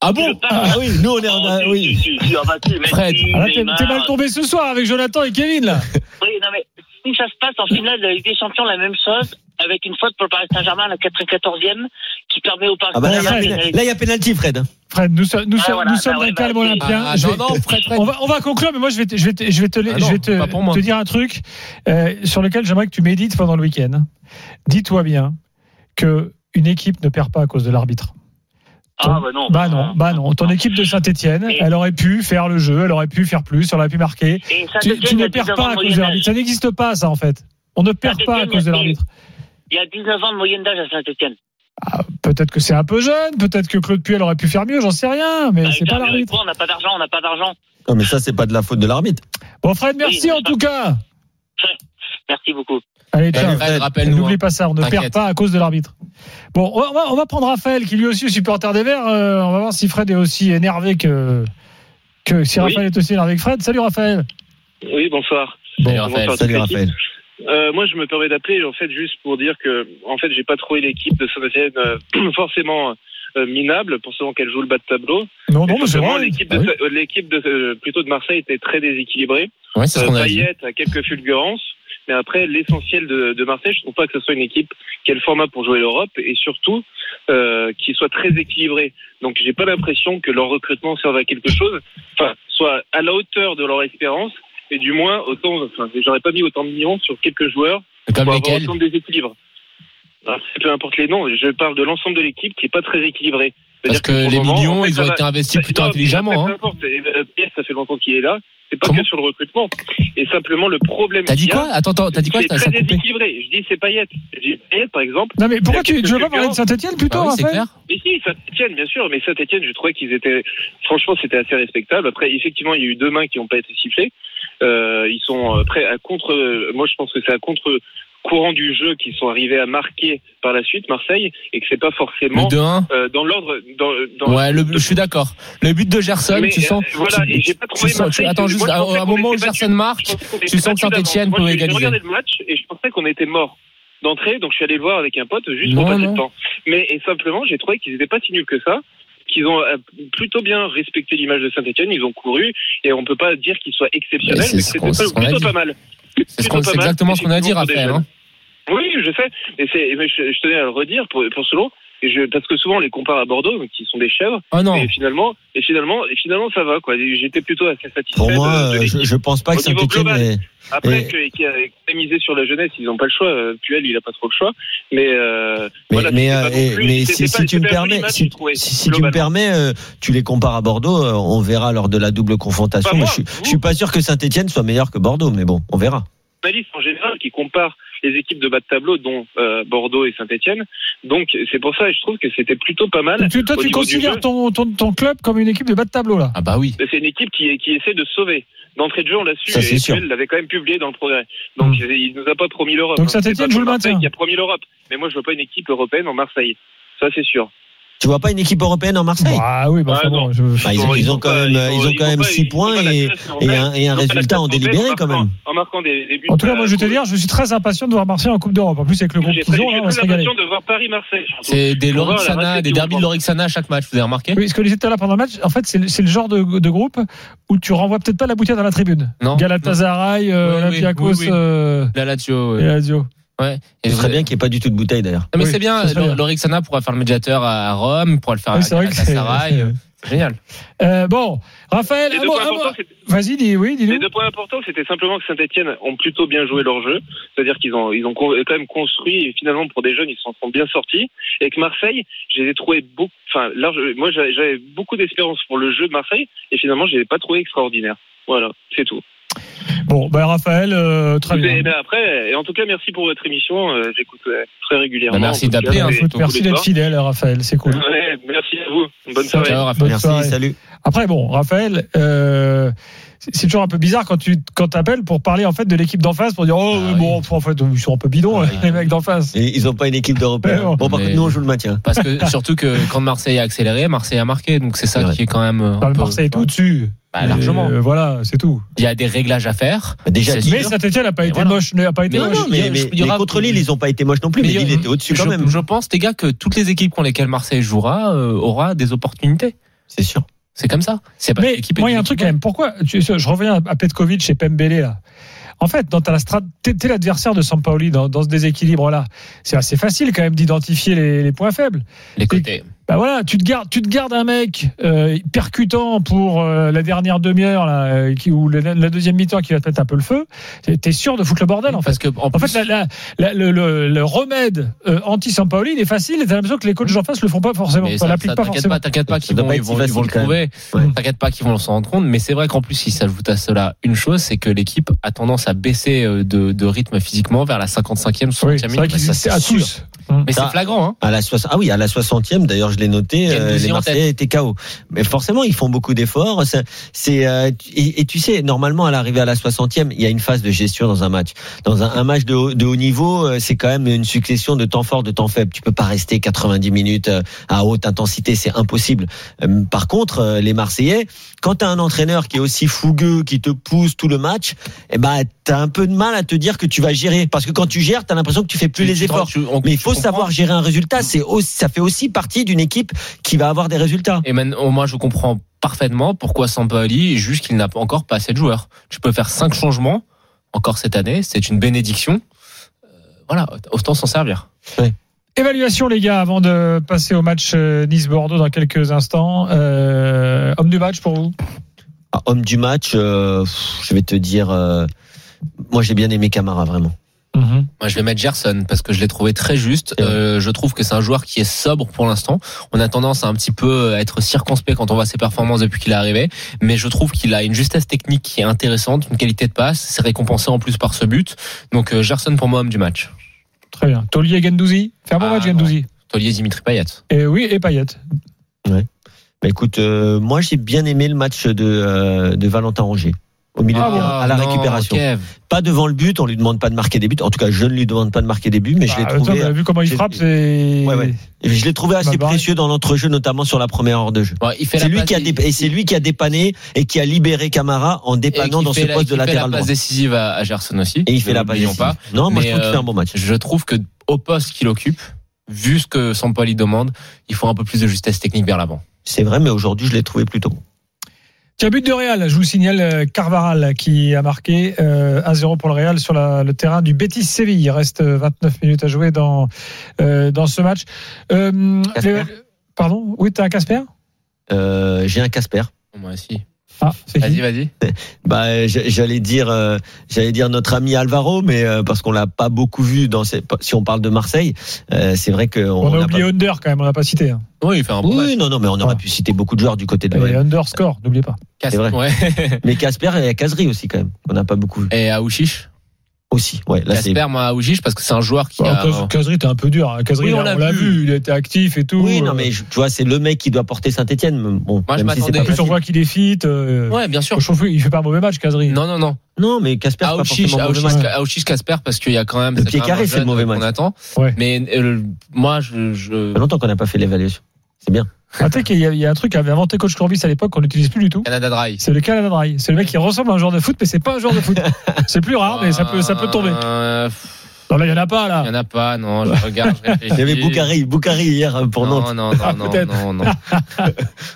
[SPEAKER 3] Ah
[SPEAKER 8] le
[SPEAKER 3] bon
[SPEAKER 8] Paris-
[SPEAKER 6] oui, nous on
[SPEAKER 8] Oh, si, si,
[SPEAKER 6] oui.
[SPEAKER 8] si, si, ah bah, si, Messi,
[SPEAKER 3] Fred.
[SPEAKER 4] ah, là, t'es
[SPEAKER 8] Neymar.
[SPEAKER 4] t'es mal tombé ce soir avec Jonathan et Kevin là.
[SPEAKER 8] Oui, non mais si ça se passe en finale de la Ligue des Champions, la même chose, avec une faute pour le Paris Saint-Germain à la 94e, qui permet au Paris
[SPEAKER 6] Ah bah là, il y a
[SPEAKER 8] Saint-Germain
[SPEAKER 6] pénal-
[SPEAKER 8] d'aller-
[SPEAKER 6] là, il y a pénalty, Fred.
[SPEAKER 4] Fred, nous, so- nous,
[SPEAKER 8] Ah,
[SPEAKER 4] so-
[SPEAKER 8] voilà,
[SPEAKER 4] nous
[SPEAKER 8] bah
[SPEAKER 4] sommes
[SPEAKER 8] ouais,
[SPEAKER 4] d'un
[SPEAKER 8] bah,
[SPEAKER 4] calme
[SPEAKER 8] c'est-
[SPEAKER 4] olympien.
[SPEAKER 3] Ah,
[SPEAKER 4] Je
[SPEAKER 3] non,
[SPEAKER 4] vais-
[SPEAKER 3] non, Fred, Fred.
[SPEAKER 4] On va, on va conclure, mais moi je vais te, je vais te, je vais te,
[SPEAKER 3] Ah
[SPEAKER 4] je
[SPEAKER 3] non,
[SPEAKER 4] vais te,
[SPEAKER 3] pas pour moi.
[SPEAKER 4] te dire un truc euh, sur lequel j'aimerais que tu médites pendant le week-end. Dis-toi bien que une équipe ne perd pas à cause de l'arbitre.
[SPEAKER 8] Ah bah non.
[SPEAKER 4] Bah non, bah non. Ton équipe de Saint-Etienne,
[SPEAKER 8] Et-
[SPEAKER 4] elle aurait pu faire le jeu, elle aurait pu faire plus, elle aurait pu marquer.
[SPEAKER 8] Et
[SPEAKER 4] Tu,
[SPEAKER 8] Saint-Étienne,
[SPEAKER 4] tu
[SPEAKER 8] il y
[SPEAKER 4] ne
[SPEAKER 8] a
[SPEAKER 4] perds
[SPEAKER 8] 19 ans
[SPEAKER 4] pas à cause
[SPEAKER 8] de moyenne
[SPEAKER 4] de
[SPEAKER 8] d'âge.
[SPEAKER 4] l'arbitre. Ça n'existe pas, ça, en fait. On ne perd pas à cause de l'arbitre.
[SPEAKER 8] Il y a 19 ans de moyenne d'âge à Saint-Etienne.
[SPEAKER 4] Ah, peut-être que c'est un peu jeune, peut-être que Claude Puel aurait pu faire mieux, j'en sais rien,
[SPEAKER 8] Bah,
[SPEAKER 4] mais c'est pas l'arbitre.
[SPEAKER 8] On n'a pas d'argent, on n'a pas d'argent.
[SPEAKER 6] Non, mais ça, c'est pas de la faute de l'arbitre.
[SPEAKER 4] Bon, Fred, merci
[SPEAKER 8] Oui,
[SPEAKER 4] en
[SPEAKER 8] c'est
[SPEAKER 4] tout cas.
[SPEAKER 8] Merci beaucoup.
[SPEAKER 4] Allez, ciao.
[SPEAKER 3] Fred, Fred, rappelle-nous. hein.
[SPEAKER 4] N'oublie pas ça, on ne perd
[SPEAKER 3] T'inquiète.
[SPEAKER 4] pas à cause de l'arbitre. Bon, on va, on va prendre Raphaël, qui lui aussi est supporter des Verts. Euh, on va voir si Fred est aussi énervé que, que si
[SPEAKER 5] Oui.
[SPEAKER 4] Raphaël est aussi énervé que Fred. Salut Raphaël.
[SPEAKER 5] Oui, bonsoir.
[SPEAKER 3] Salut,
[SPEAKER 5] Bonsoir
[SPEAKER 3] Raphaël.
[SPEAKER 5] à toute
[SPEAKER 6] Salut,
[SPEAKER 5] l'équipe.
[SPEAKER 6] Raphaël.
[SPEAKER 5] Euh, moi, je me permets d'appeler en fait juste pour dire que en fait, j'ai pas trouvé l'équipe de Saint-Étienne euh, forcément euh, minable pour savoir qu'elle joue le bas de tableau.
[SPEAKER 6] Ah
[SPEAKER 4] Non, non,
[SPEAKER 5] Mais
[SPEAKER 4] mais c'est
[SPEAKER 5] simplement,
[SPEAKER 4] vrai.
[SPEAKER 5] l'équipe
[SPEAKER 4] Ah
[SPEAKER 5] de,
[SPEAKER 4] oui.
[SPEAKER 5] euh, l'équipe de euh, plutôt de Marseille était très déséquilibrée.
[SPEAKER 3] Ouais, c'est ce
[SPEAKER 5] Euh,
[SPEAKER 3] qu'on a dit.
[SPEAKER 5] Payet a quelques fulgurances, mais après l'essentiel de, de Marseille, je trouve pas que ce soit une équipe qui ait le format pour jouer l'Europe et surtout euh, qui soit très équilibrée. Donc, j'ai pas l'impression que leur recrutement serve à quelque chose, enfin, soit à la hauteur de leur espérance et du moins, autant, enfin, j'aurais pas mis autant de millions sur quelques joueurs
[SPEAKER 3] Comme
[SPEAKER 5] pour avoir
[SPEAKER 3] lesquels
[SPEAKER 5] autant de déséquilibre. Alors, peu importe les noms, je parle de l'ensemble de l'équipe qui est pas très rééquilibrée.
[SPEAKER 3] Parce
[SPEAKER 5] C'est-à-dire
[SPEAKER 3] que
[SPEAKER 5] pour le
[SPEAKER 3] les
[SPEAKER 5] moment, en
[SPEAKER 3] millions,
[SPEAKER 5] fait,
[SPEAKER 3] ils
[SPEAKER 5] ça
[SPEAKER 3] ont
[SPEAKER 5] va-
[SPEAKER 3] été investis
[SPEAKER 5] ça-
[SPEAKER 3] plutôt
[SPEAKER 5] non,
[SPEAKER 3] intelligemment.
[SPEAKER 5] Peu
[SPEAKER 3] hein.
[SPEAKER 5] importe, et, euh, Pierre, ça fait longtemps qu'il est là. C'est pas
[SPEAKER 3] Comment
[SPEAKER 5] que sur le recrutement. Et simplement, le problème.
[SPEAKER 3] T'as dit
[SPEAKER 5] qu'il y a,
[SPEAKER 3] quoi Attends, attends, t'as dit quoi
[SPEAKER 5] C'est
[SPEAKER 3] T'as-
[SPEAKER 5] très
[SPEAKER 3] ça a coupé.
[SPEAKER 5] déséquilibré. Je dis, c'est Payet. Je dis Payet, par exemple.
[SPEAKER 4] Non, mais pourquoi tu, tu veux pas
[SPEAKER 5] Quelques
[SPEAKER 4] parler de Saint-Etienne plutôt,
[SPEAKER 3] Bah oui, c'est
[SPEAKER 4] Raphaël
[SPEAKER 3] clair.
[SPEAKER 5] Mais si, Saint-Etienne, bien sûr. Mais Saint-Etienne, je trouvais qu'ils étaient. Franchement, c'était assez respectable. Après, effectivement, il y a eu deux mains qui n'ont pas été sifflées. Euh, ils sont euh, prêts à contre. Moi, je pense que c'est à contre courant du jeu qu'ils sont arrivés à marquer par la suite Marseille et que c'est pas
[SPEAKER 3] Le
[SPEAKER 5] forcément
[SPEAKER 3] 2-1
[SPEAKER 5] euh, dans l'ordre dans, dans
[SPEAKER 3] Ouais, le, je suis d'accord. Le but de Gerson,
[SPEAKER 5] Mais,
[SPEAKER 3] tu sens.
[SPEAKER 5] euh, voilà,
[SPEAKER 3] tu-
[SPEAKER 5] et j'ai pas
[SPEAKER 3] tu
[SPEAKER 5] trouvé
[SPEAKER 3] sens-
[SPEAKER 5] Marseille,
[SPEAKER 3] tu- attends,
[SPEAKER 5] moi,
[SPEAKER 3] juste,
[SPEAKER 5] je
[SPEAKER 3] à-
[SPEAKER 5] pensais
[SPEAKER 3] au
[SPEAKER 5] qu'on
[SPEAKER 3] moment où
[SPEAKER 5] était battus.
[SPEAKER 3] Gerson marque,
[SPEAKER 5] Je pense qu'on est
[SPEAKER 3] tu sens que
[SPEAKER 5] battu
[SPEAKER 3] Saint-Etienne
[SPEAKER 5] d'avance.
[SPEAKER 3] peut
[SPEAKER 5] Moi, j'ai-
[SPEAKER 3] égaliser.
[SPEAKER 5] J'ai regardé le match et je pensais qu'on était mort d'entrée, donc je suis allé le voir avec un pote juste
[SPEAKER 3] Non,
[SPEAKER 5] pour passer
[SPEAKER 3] non.
[SPEAKER 5] le temps. Mais et simplement, j'ai trouvé qu'ils n'étaient pas si nuls que ça, qu'ils ont euh, plutôt bien respecté l'image de Saint-Etienne, ils ont couru et on peut pas dire qu'ils soient
[SPEAKER 3] Mais
[SPEAKER 5] exceptionnels,
[SPEAKER 3] c'est
[SPEAKER 5] mais
[SPEAKER 3] ce
[SPEAKER 5] c'était
[SPEAKER 3] qu'on- c'est ce qu'on a
[SPEAKER 5] plutôt
[SPEAKER 3] dit.
[SPEAKER 5] pas mal.
[SPEAKER 3] c'est ce qu'on-
[SPEAKER 5] plutôt
[SPEAKER 3] c'est
[SPEAKER 5] pas mal,
[SPEAKER 3] exactement ce qu'on a dit,
[SPEAKER 5] effectivement, pour des
[SPEAKER 3] Raphaël.
[SPEAKER 5] jeunes.
[SPEAKER 3] hein.
[SPEAKER 5] Oui, je sais. Mais, c'est, mais je, je tenais à le redire pour, pour Solo. Et je, parce que souvent on les compare à Bordeaux, qui sont des chèvres.
[SPEAKER 3] Oh non.
[SPEAKER 5] Et finalement, et finalement, et finalement, ça va quoi. J'étais plutôt assez satisfait.
[SPEAKER 6] Pour
[SPEAKER 5] de-
[SPEAKER 6] moi,
[SPEAKER 5] de
[SPEAKER 6] euh,
[SPEAKER 5] l'équipe.
[SPEAKER 6] je, je pense pas
[SPEAKER 5] Au
[SPEAKER 6] que
[SPEAKER 5] niveau
[SPEAKER 6] Saint-Etienne.
[SPEAKER 5] global.
[SPEAKER 6] est-
[SPEAKER 5] Après,
[SPEAKER 6] Et-
[SPEAKER 5] que- qui a qui a misé sur la jeunesse, ils n'ont pas le choix. Euh, Puel, il n'a pas trop le choix. Mais, euh,
[SPEAKER 6] Mais,
[SPEAKER 5] voilà,
[SPEAKER 6] mais,
[SPEAKER 5] c'était
[SPEAKER 6] euh,
[SPEAKER 5] pas non
[SPEAKER 6] et-
[SPEAKER 5] plus-
[SPEAKER 6] mais
[SPEAKER 5] c'était
[SPEAKER 6] si,
[SPEAKER 5] pas-
[SPEAKER 6] si tu me
[SPEAKER 5] c'était un joli
[SPEAKER 6] permets,
[SPEAKER 5] match,
[SPEAKER 6] si,
[SPEAKER 5] j'ai trouvé,
[SPEAKER 6] si- si tu me
[SPEAKER 5] globalement.
[SPEAKER 6] permets, euh, tu les compares à Bordeaux, euh, on verra lors de la double confrontation.
[SPEAKER 5] Pas
[SPEAKER 6] mais
[SPEAKER 5] moi,
[SPEAKER 6] je, suis-
[SPEAKER 5] vous.
[SPEAKER 6] je suis pas sûr que Saint-Etienne soit meilleur que Bordeaux, mais bon, on verra.
[SPEAKER 5] journalistes en général qui comparent les équipes de bas de tableau, dont euh, Bordeaux et Saint-Etienne. Donc, c'est pour ça, je trouve que c'était plutôt pas mal.
[SPEAKER 4] Donc, tu- Toi,
[SPEAKER 5] au
[SPEAKER 4] tu
[SPEAKER 5] niveau du
[SPEAKER 4] considères
[SPEAKER 5] jeu.
[SPEAKER 4] ton, ton, ton club comme une équipe de bas de tableau, là
[SPEAKER 3] Ah bah oui.
[SPEAKER 5] C'est une équipe qui, qui essaie de se sauver. D'entrée de jeu, on l'a su,
[SPEAKER 6] Ça, c'est
[SPEAKER 5] et
[SPEAKER 6] sûr.
[SPEAKER 5] Puel l'avait quand même publié dans le progrès. Donc,
[SPEAKER 4] Mm.
[SPEAKER 5] il nous a pas promis l'Europe.
[SPEAKER 4] Donc,
[SPEAKER 5] hein. C'est
[SPEAKER 4] Saint-Etienne
[SPEAKER 5] pas
[SPEAKER 4] joue le
[SPEAKER 5] Marseille
[SPEAKER 4] maintien.
[SPEAKER 5] qui a promis l'Europe. Mais moi, je vois pas une équipe européenne en Marseille. Ça, c'est sûr.
[SPEAKER 6] Tu vois pas une équipe européenne en Marseille
[SPEAKER 4] Ah oui, bah,
[SPEAKER 5] Ah,
[SPEAKER 4] enfin, bon,
[SPEAKER 5] non.
[SPEAKER 4] je-
[SPEAKER 6] Bah, ils ont- ils ont quand
[SPEAKER 5] pas-
[SPEAKER 6] même- ils ont quand même
[SPEAKER 5] pas-
[SPEAKER 6] six
[SPEAKER 5] ils ont
[SPEAKER 6] points
[SPEAKER 5] pas la
[SPEAKER 6] et-
[SPEAKER 5] classe en
[SPEAKER 6] Et
[SPEAKER 5] tête.
[SPEAKER 6] un, et un
[SPEAKER 5] Ils ont pas la
[SPEAKER 6] résultat
[SPEAKER 5] classe
[SPEAKER 6] en
[SPEAKER 5] tête
[SPEAKER 6] délibéré quand
[SPEAKER 5] marquant-
[SPEAKER 6] même.
[SPEAKER 5] En marquant des, des buts. euh,
[SPEAKER 4] En tout cas,
[SPEAKER 5] à-
[SPEAKER 4] moi, je vais te dire, je suis très impatient de voir Marseille en Coupe d'Europe. En plus, avec le groupe
[SPEAKER 5] J'ai
[SPEAKER 4] qu'ils ont,
[SPEAKER 5] j'ai
[SPEAKER 4] là, on va se régaler.
[SPEAKER 5] l'impression de voir Paris-Marseille. surtout.
[SPEAKER 3] hein, C'est des
[SPEAKER 5] Pour voir la
[SPEAKER 3] Lorixana,
[SPEAKER 5] raclée
[SPEAKER 3] des
[SPEAKER 5] qu'ils
[SPEAKER 3] derbys
[SPEAKER 5] vont
[SPEAKER 3] de Lorixana à chaque match, vous avez remarqué
[SPEAKER 4] Oui, ce que j'étais là pendant le match, en fait, c'est le, c'est le genre de, de groupe où tu renvoies peut-être pas la bouteille dans la tribune.
[SPEAKER 3] Non.
[SPEAKER 4] Galatasaray, euh,
[SPEAKER 3] Oui, oui,
[SPEAKER 4] Olympiakos
[SPEAKER 3] oui, oui.
[SPEAKER 4] euh,
[SPEAKER 3] La Lazio.
[SPEAKER 4] et
[SPEAKER 3] ouais.
[SPEAKER 4] Lazio.
[SPEAKER 3] Et
[SPEAKER 6] Ce
[SPEAKER 3] vous-
[SPEAKER 6] serait bien qu'il n'y ait pas du tout de bouteille d'ailleurs.
[SPEAKER 3] Ah, Mais
[SPEAKER 4] Oui,
[SPEAKER 3] c'est bien,
[SPEAKER 4] ça serait bien.
[SPEAKER 3] Lorixana pourra faire le médiateur à Rome, pourra le faire à
[SPEAKER 4] Oui, c'est vrai que c'est.
[SPEAKER 3] Ah, Galatasaray. C'est Génial.
[SPEAKER 4] Euh, bon, Raphaël,
[SPEAKER 5] Les
[SPEAKER 4] un
[SPEAKER 5] deux
[SPEAKER 4] mot-
[SPEAKER 5] points
[SPEAKER 4] un mot-
[SPEAKER 5] importants, c'est-
[SPEAKER 4] vas-y, dis, oui,
[SPEAKER 5] Les
[SPEAKER 4] dis-nous.
[SPEAKER 5] deux points importants, c'était simplement que Saint-Etienne ont plutôt bien joué leur jeu, c'est-à-dire qu'ils ont, ils ont con- quand même construit et finalement pour des jeunes ils s'en sont bien sortis. Et que Marseille, je les ai trouvés beaucoup, enfin large, moi j'avais j'avais beaucoup d'espérance pour le jeu de Marseille et finalement je les ai pas trouvés extraordinaires. Voilà, c'est tout.
[SPEAKER 4] Bon, bah, Raphaël, euh, très
[SPEAKER 5] Et,
[SPEAKER 4] bien.
[SPEAKER 5] ben, après, et en tout cas merci pour votre émission, euh, j'écoute euh, très régulièrement.
[SPEAKER 3] Bah, merci
[SPEAKER 5] En tout cas,
[SPEAKER 3] d'appeler, hein,
[SPEAKER 5] et-
[SPEAKER 3] surtout.
[SPEAKER 4] Merci d'être fidèle, Raphaël, c'est cool.
[SPEAKER 5] Ouais, merci à vous. Bonne
[SPEAKER 4] Ça
[SPEAKER 5] soirée.
[SPEAKER 3] Ciao, Raphaël.
[SPEAKER 4] Bonne
[SPEAKER 6] Merci,
[SPEAKER 4] soirée.
[SPEAKER 6] salut.
[SPEAKER 4] Après, bon, Raphaël, euh, c'est c'est toujours un peu bizarre quand tu quand t'appelles pour parler en fait de l'équipe d'en face pour dire oh
[SPEAKER 3] Ah
[SPEAKER 4] oui, bon en fait ils sont un peu bidons
[SPEAKER 6] Ah
[SPEAKER 4] hein,
[SPEAKER 6] oui.
[SPEAKER 4] les mecs d'en face.
[SPEAKER 6] Et ils n'ont pas une équipe
[SPEAKER 4] Mais
[SPEAKER 6] d'européens.
[SPEAKER 4] non.
[SPEAKER 6] Bon, par
[SPEAKER 3] Mais-
[SPEAKER 6] contre, nous, on joue le maintien.
[SPEAKER 3] Parce que surtout que quand Marseille a accéléré, Marseille a marqué. Donc c'est ça
[SPEAKER 6] C'est vrai.
[SPEAKER 3] qui est quand même. euh,
[SPEAKER 4] Enfin,
[SPEAKER 3] un
[SPEAKER 4] le
[SPEAKER 3] peu-
[SPEAKER 4] Marseille est tout dessus.
[SPEAKER 3] Bah, largement.
[SPEAKER 4] Euh, voilà, c'est tout.
[SPEAKER 3] Il y a des réglages à faire.
[SPEAKER 6] Bah, Déjà,
[SPEAKER 3] C'est
[SPEAKER 6] Lille,
[SPEAKER 4] Mais
[SPEAKER 6] hein.
[SPEAKER 4] Saint-Etienne n'a pas été
[SPEAKER 3] voilà.
[SPEAKER 4] moche, n'a pas été
[SPEAKER 3] Mais
[SPEAKER 6] non,
[SPEAKER 4] moche.
[SPEAKER 6] non,
[SPEAKER 3] il y
[SPEAKER 6] mais,
[SPEAKER 3] a-
[SPEAKER 6] mais-
[SPEAKER 3] il y aura-
[SPEAKER 6] mais contre Lille, ils n'ont pas été moches non plus, mais,
[SPEAKER 3] il y a-
[SPEAKER 6] Lille était au-dessus
[SPEAKER 3] je,
[SPEAKER 6] quand même.
[SPEAKER 3] je pense, les gars, que toutes les équipes contre lesquelles Marseille jouera euh, aura des opportunités.
[SPEAKER 6] C'est sûr.
[SPEAKER 3] C'est comme ça. C'est pas
[SPEAKER 4] Mais
[SPEAKER 3] l'équipe
[SPEAKER 4] moi, il y a
[SPEAKER 3] est
[SPEAKER 4] un
[SPEAKER 3] une
[SPEAKER 4] truc quand
[SPEAKER 3] équipe.
[SPEAKER 4] même. Pourquoi tu- Je reviens à Petkovic et Pembele là. En fait, dans ta la strat- t'es t'es l'adversaire de Sampaoli dans, dans ce déséquilibre-là. C'est assez facile quand même d'identifier les- les points faibles.
[SPEAKER 3] Les côtés.
[SPEAKER 4] Bah voilà, tu te gardes, tu te gardes un mec euh, percutant pour euh, la dernière demi-heure là, euh, qui, ou la, la deuxième mi-temps qui va te mettre un peu le feu. T'es- T'es sûr de foutre le bordel en fait.
[SPEAKER 3] Parce que, en
[SPEAKER 4] En
[SPEAKER 3] plus,
[SPEAKER 4] fait, la- la- la- le, le- le remède anti Sampaoli, il est facile. et T'as l'impression que les coachs d'en face le font pas forcément,
[SPEAKER 3] Mais
[SPEAKER 4] enfin,
[SPEAKER 3] ça-
[SPEAKER 4] l'appliquent
[SPEAKER 3] ça,
[SPEAKER 4] bah, pas
[SPEAKER 3] T'inquiète
[SPEAKER 4] forcément.
[SPEAKER 3] pas, t'inquiète pas
[SPEAKER 6] Ça
[SPEAKER 3] qu'ils
[SPEAKER 6] doit
[SPEAKER 3] vont,
[SPEAKER 6] pas
[SPEAKER 3] ils
[SPEAKER 6] être
[SPEAKER 3] vont,
[SPEAKER 6] si
[SPEAKER 3] ils
[SPEAKER 6] facile
[SPEAKER 3] vont le
[SPEAKER 6] quand
[SPEAKER 3] trouver.
[SPEAKER 6] Ouais.
[SPEAKER 3] T'inquiète pas qu'ils vont s'en rendre compte. Mais c'est vrai qu'en plus, si s'ajoute à cela une chose, c'est que l'équipe a tendance à baisser euh, de, de rythme physiquement vers la 55e, 60e
[SPEAKER 4] Oui, c'est vrai
[SPEAKER 3] minute.
[SPEAKER 4] qu'ils
[SPEAKER 6] ça,
[SPEAKER 4] étaient
[SPEAKER 6] c'est
[SPEAKER 4] à
[SPEAKER 6] sûr.
[SPEAKER 4] tous.
[SPEAKER 3] Mais c'est
[SPEAKER 6] Ça-
[SPEAKER 3] flagrant, hein.
[SPEAKER 6] À la soix- Ah oui, à la 60e, d'ailleurs, je l'ai noté,
[SPEAKER 3] Quel
[SPEAKER 6] euh, les
[SPEAKER 3] deuxième en
[SPEAKER 6] Marseillais étaient KO. Mais forcément, ils font beaucoup d'efforts. Ça- C'est euh, tu- et, et tu sais, normalement, à l'arrivée à la 60e, il y a une phase de gestion dans un match. Dans un, un match de haut, de haut niveau, euh, c'est quand même une succession de temps forts, de temps faibles. Tu peux pas rester 90 minutes euh, à haute intensité, c'est impossible. Euh, Par contre, euh, les Marseillais, quand tu as un entraîneur qui est aussi fougueux, qui te pousse tout le match, eh ben, tu as un peu de mal à te dire que tu vas gérer. Parce que quand tu gères, tu as l'impression que tu fais plus
[SPEAKER 3] Tu-
[SPEAKER 6] les
[SPEAKER 3] tu te rends-
[SPEAKER 6] efforts.
[SPEAKER 3] tu- on-
[SPEAKER 6] Mais il
[SPEAKER 3] tu
[SPEAKER 6] faut
[SPEAKER 3] comprends.
[SPEAKER 6] savoir gérer un résultat. C'est aussi- ça fait aussi partie d'une équipe qui va avoir des résultats.
[SPEAKER 3] Et maintenant, moi, je comprends parfaitement pourquoi Sampaoli juge qu'il n'a pas encore pas assez de joueurs. Tu peux faire cinq changements encore cette année, c'est une bénédiction. Euh, voilà, autant s'en servir.
[SPEAKER 4] Évaluation les gars, avant de passer au match euh, Nice-Bordeaux dans quelques instants. Euh, homme du match pour vous
[SPEAKER 6] Ah, homme du match, euh, pff, je vais te dire, euh, moi j'ai bien aimé Camara vraiment.
[SPEAKER 4] Mhm.
[SPEAKER 3] Moi, je vais mettre Gerson parce que je l'ai trouvé très juste. Euh, je trouve que c'est un joueur qui est sobre pour l'instant. On a tendance à un petit peu être circonspect quand on voit ses performances depuis qu'il est arrivé, mais je trouve qu'il a une justesse technique qui est intéressante, une qualité de passe. C'est récompensé en plus par ce but. Donc euh, Gerson pour moi homme du match.
[SPEAKER 4] Très bien. Tolier Gendouzi. Fais un bon
[SPEAKER 3] Ah,
[SPEAKER 4] match,
[SPEAKER 3] non.
[SPEAKER 4] Gendouzi.
[SPEAKER 3] Tolier Dimitri Payet.
[SPEAKER 4] Et oui, et Payet.
[SPEAKER 6] Bah, écoute, euh, moi j'ai bien aimé le match de, euh, de Valentin Ronger au milieu de terrain, à la
[SPEAKER 3] Ah, non,
[SPEAKER 6] récupération.
[SPEAKER 3] Kev.
[SPEAKER 6] Pas devant le but, on lui demande pas de marquer des buts. En tout cas, je ne lui demande pas de marquer des buts, mais je l'ai
[SPEAKER 4] Bah,
[SPEAKER 6] trouvé.
[SPEAKER 4] Tom, vu comment il
[SPEAKER 6] j'ai-
[SPEAKER 4] frappe, c'est.
[SPEAKER 6] Ouais, ouais. Je l'ai trouvé assez
[SPEAKER 4] Bah, bah,
[SPEAKER 6] précieux dans l'entrejeu, notamment sur la première heure de jeu.
[SPEAKER 3] Bon, il fait
[SPEAKER 6] C'est
[SPEAKER 3] la
[SPEAKER 6] lui
[SPEAKER 3] passe-
[SPEAKER 6] qui a dé- et c'est lui qui a dépanné et qui a libéré Camara en
[SPEAKER 3] et qui
[SPEAKER 6] dépannant dans
[SPEAKER 3] fait
[SPEAKER 6] ce
[SPEAKER 3] la-
[SPEAKER 6] poste de
[SPEAKER 3] qui fait
[SPEAKER 6] latéral
[SPEAKER 3] la passe
[SPEAKER 6] droit.
[SPEAKER 3] décisive à, à Gerson aussi.
[SPEAKER 6] Et il fait la passe.
[SPEAKER 3] N'oublions pas.
[SPEAKER 6] décisive. Non, moi je
[SPEAKER 3] Euh, Mais,
[SPEAKER 6] trouve qu'il fait
[SPEAKER 3] euh,
[SPEAKER 6] un bon match.
[SPEAKER 3] Je trouve que au poste qu'il occupe, vu ce que Sampoli demande, il faut un peu plus de justesse technique vers l'avant.
[SPEAKER 6] C'est vrai, mais aujourd'hui je l'ai trouvé plutôt bon.
[SPEAKER 4] Tiens, but de Real, je vous signale euh, Carvaral qui a marqué euh, 1-0 pour le Real sur la- le terrain du Betis Séville. Il reste euh, 29 minutes à jouer dans, euh, dans ce match. Euh,
[SPEAKER 6] Casper.
[SPEAKER 4] le- pardon Oui, t'as un Casper
[SPEAKER 6] Euh, J'ai un Casper.
[SPEAKER 3] Moi aussi.
[SPEAKER 4] Ah, c'est
[SPEAKER 3] Vas-y,
[SPEAKER 4] qui
[SPEAKER 3] vas-y.
[SPEAKER 6] Bah, j- j'allais dire, euh, j'allais dire notre ami Alvaro, mais euh, parce qu'on l'a pas beaucoup vu dans ces, si on parle de Marseille, euh, c'est vrai qu'on
[SPEAKER 4] On, a
[SPEAKER 6] l'a
[SPEAKER 4] oublié
[SPEAKER 6] pas-
[SPEAKER 4] Under quand même, on l'a pas cité. hein.
[SPEAKER 3] Oui, il fait un bon match.
[SPEAKER 6] Oui, non, non, mais on aurait
[SPEAKER 4] Ah.
[SPEAKER 6] pu citer beaucoup de joueurs du côté de
[SPEAKER 4] Et
[SPEAKER 6] l'OM.
[SPEAKER 4] Under score, n'oubliez pas.
[SPEAKER 3] Casse-
[SPEAKER 6] vrai.
[SPEAKER 3] ouais.
[SPEAKER 6] Mais Casper et Casri aussi quand même, on n'a pas beaucoup vu.
[SPEAKER 3] Et Aouchiche.
[SPEAKER 6] Aussi, ouais. Là, c'est
[SPEAKER 3] Casper, moi, Aouchiche, parce que c'est un joueur
[SPEAKER 6] Bah,
[SPEAKER 3] qui a.
[SPEAKER 4] Caserie, t'es un peu dur. Caserie,
[SPEAKER 3] Oui, on
[SPEAKER 4] on
[SPEAKER 3] l'a
[SPEAKER 4] l'a
[SPEAKER 3] vu.
[SPEAKER 4] vu. il a été actif et tout.
[SPEAKER 6] Oui, non,
[SPEAKER 4] Euh,
[SPEAKER 6] mais je- tu vois, c'est le mec qui doit porter Saint-Etienne. Bon,
[SPEAKER 3] Moi, je
[SPEAKER 6] même si c'est
[SPEAKER 3] m'attendais-
[SPEAKER 6] pas
[SPEAKER 4] En plus, on
[SPEAKER 6] facile.
[SPEAKER 4] voit qu'il est fit. euh,
[SPEAKER 3] Ouais, bien sûr.
[SPEAKER 4] je trouve qu'il fait pas un mauvais match, Caserie.
[SPEAKER 3] Non, non, non.
[SPEAKER 6] Non, mais Casper, c'est pas
[SPEAKER 3] Aouchiche,
[SPEAKER 6] forcément mauvais
[SPEAKER 3] Aouchiche,
[SPEAKER 6] match.
[SPEAKER 3] Aouchiche, Casper, parce qu'il y a quand même.
[SPEAKER 6] Le pied
[SPEAKER 3] quand même
[SPEAKER 6] carré,
[SPEAKER 3] un
[SPEAKER 6] c'est le
[SPEAKER 3] jeune
[SPEAKER 6] mauvais
[SPEAKER 3] qu'on
[SPEAKER 6] match.
[SPEAKER 3] attend.
[SPEAKER 4] Ouais.
[SPEAKER 3] Mais euh, moi, je. je...
[SPEAKER 6] Ça fait longtemps qu'on n'a pas fait l'évaluation. C'est bien.
[SPEAKER 4] Ah, tu sais qu'il y, a- il y a un truc qu'avait inventé Coach Corbis à l'époque qu'on n'utilise plus du tout.
[SPEAKER 3] Canada Dry.
[SPEAKER 4] C'est le Canada Dry. C'est le mec qui ressemble à un joueur de foot, mais c'est pas un joueur de foot. C'est plus
[SPEAKER 6] Ah,
[SPEAKER 4] rare, mais ça peut, ça peut tomber.
[SPEAKER 3] Euh, pff,
[SPEAKER 4] Non, là, il y en a pas,
[SPEAKER 3] Il
[SPEAKER 4] là.
[SPEAKER 3] y en a pas, non. Je regarde, je réfléchis.
[SPEAKER 6] Ah. Il y avait Boukari, Boukari hier euh, pour Nantes.
[SPEAKER 3] Ah, non, non, non,
[SPEAKER 4] Ah,
[SPEAKER 3] non,
[SPEAKER 4] peut-être.
[SPEAKER 3] non, non,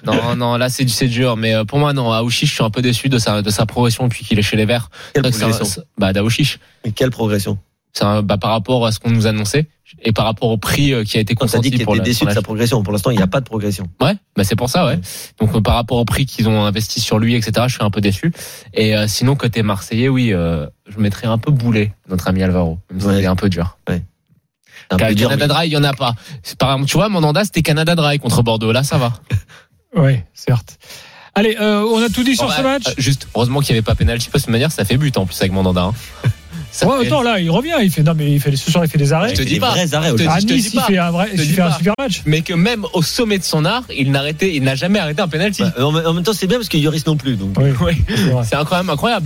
[SPEAKER 3] non, non, là c'est du- c'est dur, mais euh, pour moi non, Aouchiche, je suis un peu déçu de sa de sa progression depuis qu'il est chez les Verts.
[SPEAKER 6] Quelle
[SPEAKER 3] C'est vrai que c'est un-
[SPEAKER 6] progression.
[SPEAKER 3] c'est- bah d'Aouchiche,
[SPEAKER 6] Mais Quelle progression.
[SPEAKER 3] c'est un- bah, par rapport à ce qu'on nous annonçait et par rapport au prix euh, qui a été
[SPEAKER 6] On t'a dit
[SPEAKER 3] consenti
[SPEAKER 6] qu'il
[SPEAKER 3] pour
[SPEAKER 6] était
[SPEAKER 3] la-
[SPEAKER 6] déçu
[SPEAKER 3] pour
[SPEAKER 6] de
[SPEAKER 3] la-
[SPEAKER 6] sa progression. Pour l'instant, il n'y a pas de progression.
[SPEAKER 3] Ouais, bah c'est pour ça, ouais. Donc euh, par rapport au prix qu'ils ont investi sur lui, etc., je suis un peu déçu. Et euh, sinon côté marseillais, oui, euh, je mettrais un peu boulet notre ami Alvaro, même si
[SPEAKER 6] Ouais.
[SPEAKER 3] c'était un peu dur.
[SPEAKER 6] C'est un peu dur,
[SPEAKER 3] Canada
[SPEAKER 6] mais-
[SPEAKER 3] Dry, il y en a pas. C'est Par exemple, tu vois, Mandanda, c'était Canada Dry contre Bordeaux, là ça va.
[SPEAKER 4] Ouais, certes. Allez, euh, on a tout dit sur
[SPEAKER 3] Bon,
[SPEAKER 4] ce
[SPEAKER 3] euh,
[SPEAKER 4] match.
[SPEAKER 3] euh, Juste, heureusement qu'il n'y avait pas pénalty, parce que de toute manière, ça fait but en plus avec Mandanda. hein. Ça
[SPEAKER 4] ouais,
[SPEAKER 3] fait-
[SPEAKER 4] attends, là, il revient. Il fait, non, mais il fait, ce soir, il fait des arrêts.
[SPEAKER 3] Je te
[SPEAKER 6] Il y a
[SPEAKER 3] dis
[SPEAKER 6] des
[SPEAKER 3] pas.
[SPEAKER 6] vrais arrêts
[SPEAKER 3] te
[SPEAKER 6] aujourd'hui.
[SPEAKER 4] À
[SPEAKER 3] dis- je
[SPEAKER 4] Nice,
[SPEAKER 3] dis
[SPEAKER 4] il
[SPEAKER 3] pas.
[SPEAKER 4] fait un vrai,
[SPEAKER 3] Je te
[SPEAKER 4] il
[SPEAKER 3] dis
[SPEAKER 4] fait un
[SPEAKER 3] pas.
[SPEAKER 4] super match.
[SPEAKER 3] Mais que même au sommet de son art, il n'arrêtait, il n'a jamais arrêté un pénalty.
[SPEAKER 6] Bah, En en même temps, c'est bien parce que Yoris non plus. Donc,
[SPEAKER 4] Oui,
[SPEAKER 3] Ouais.
[SPEAKER 4] c'est vrai.
[SPEAKER 3] C'est quand même incroyable.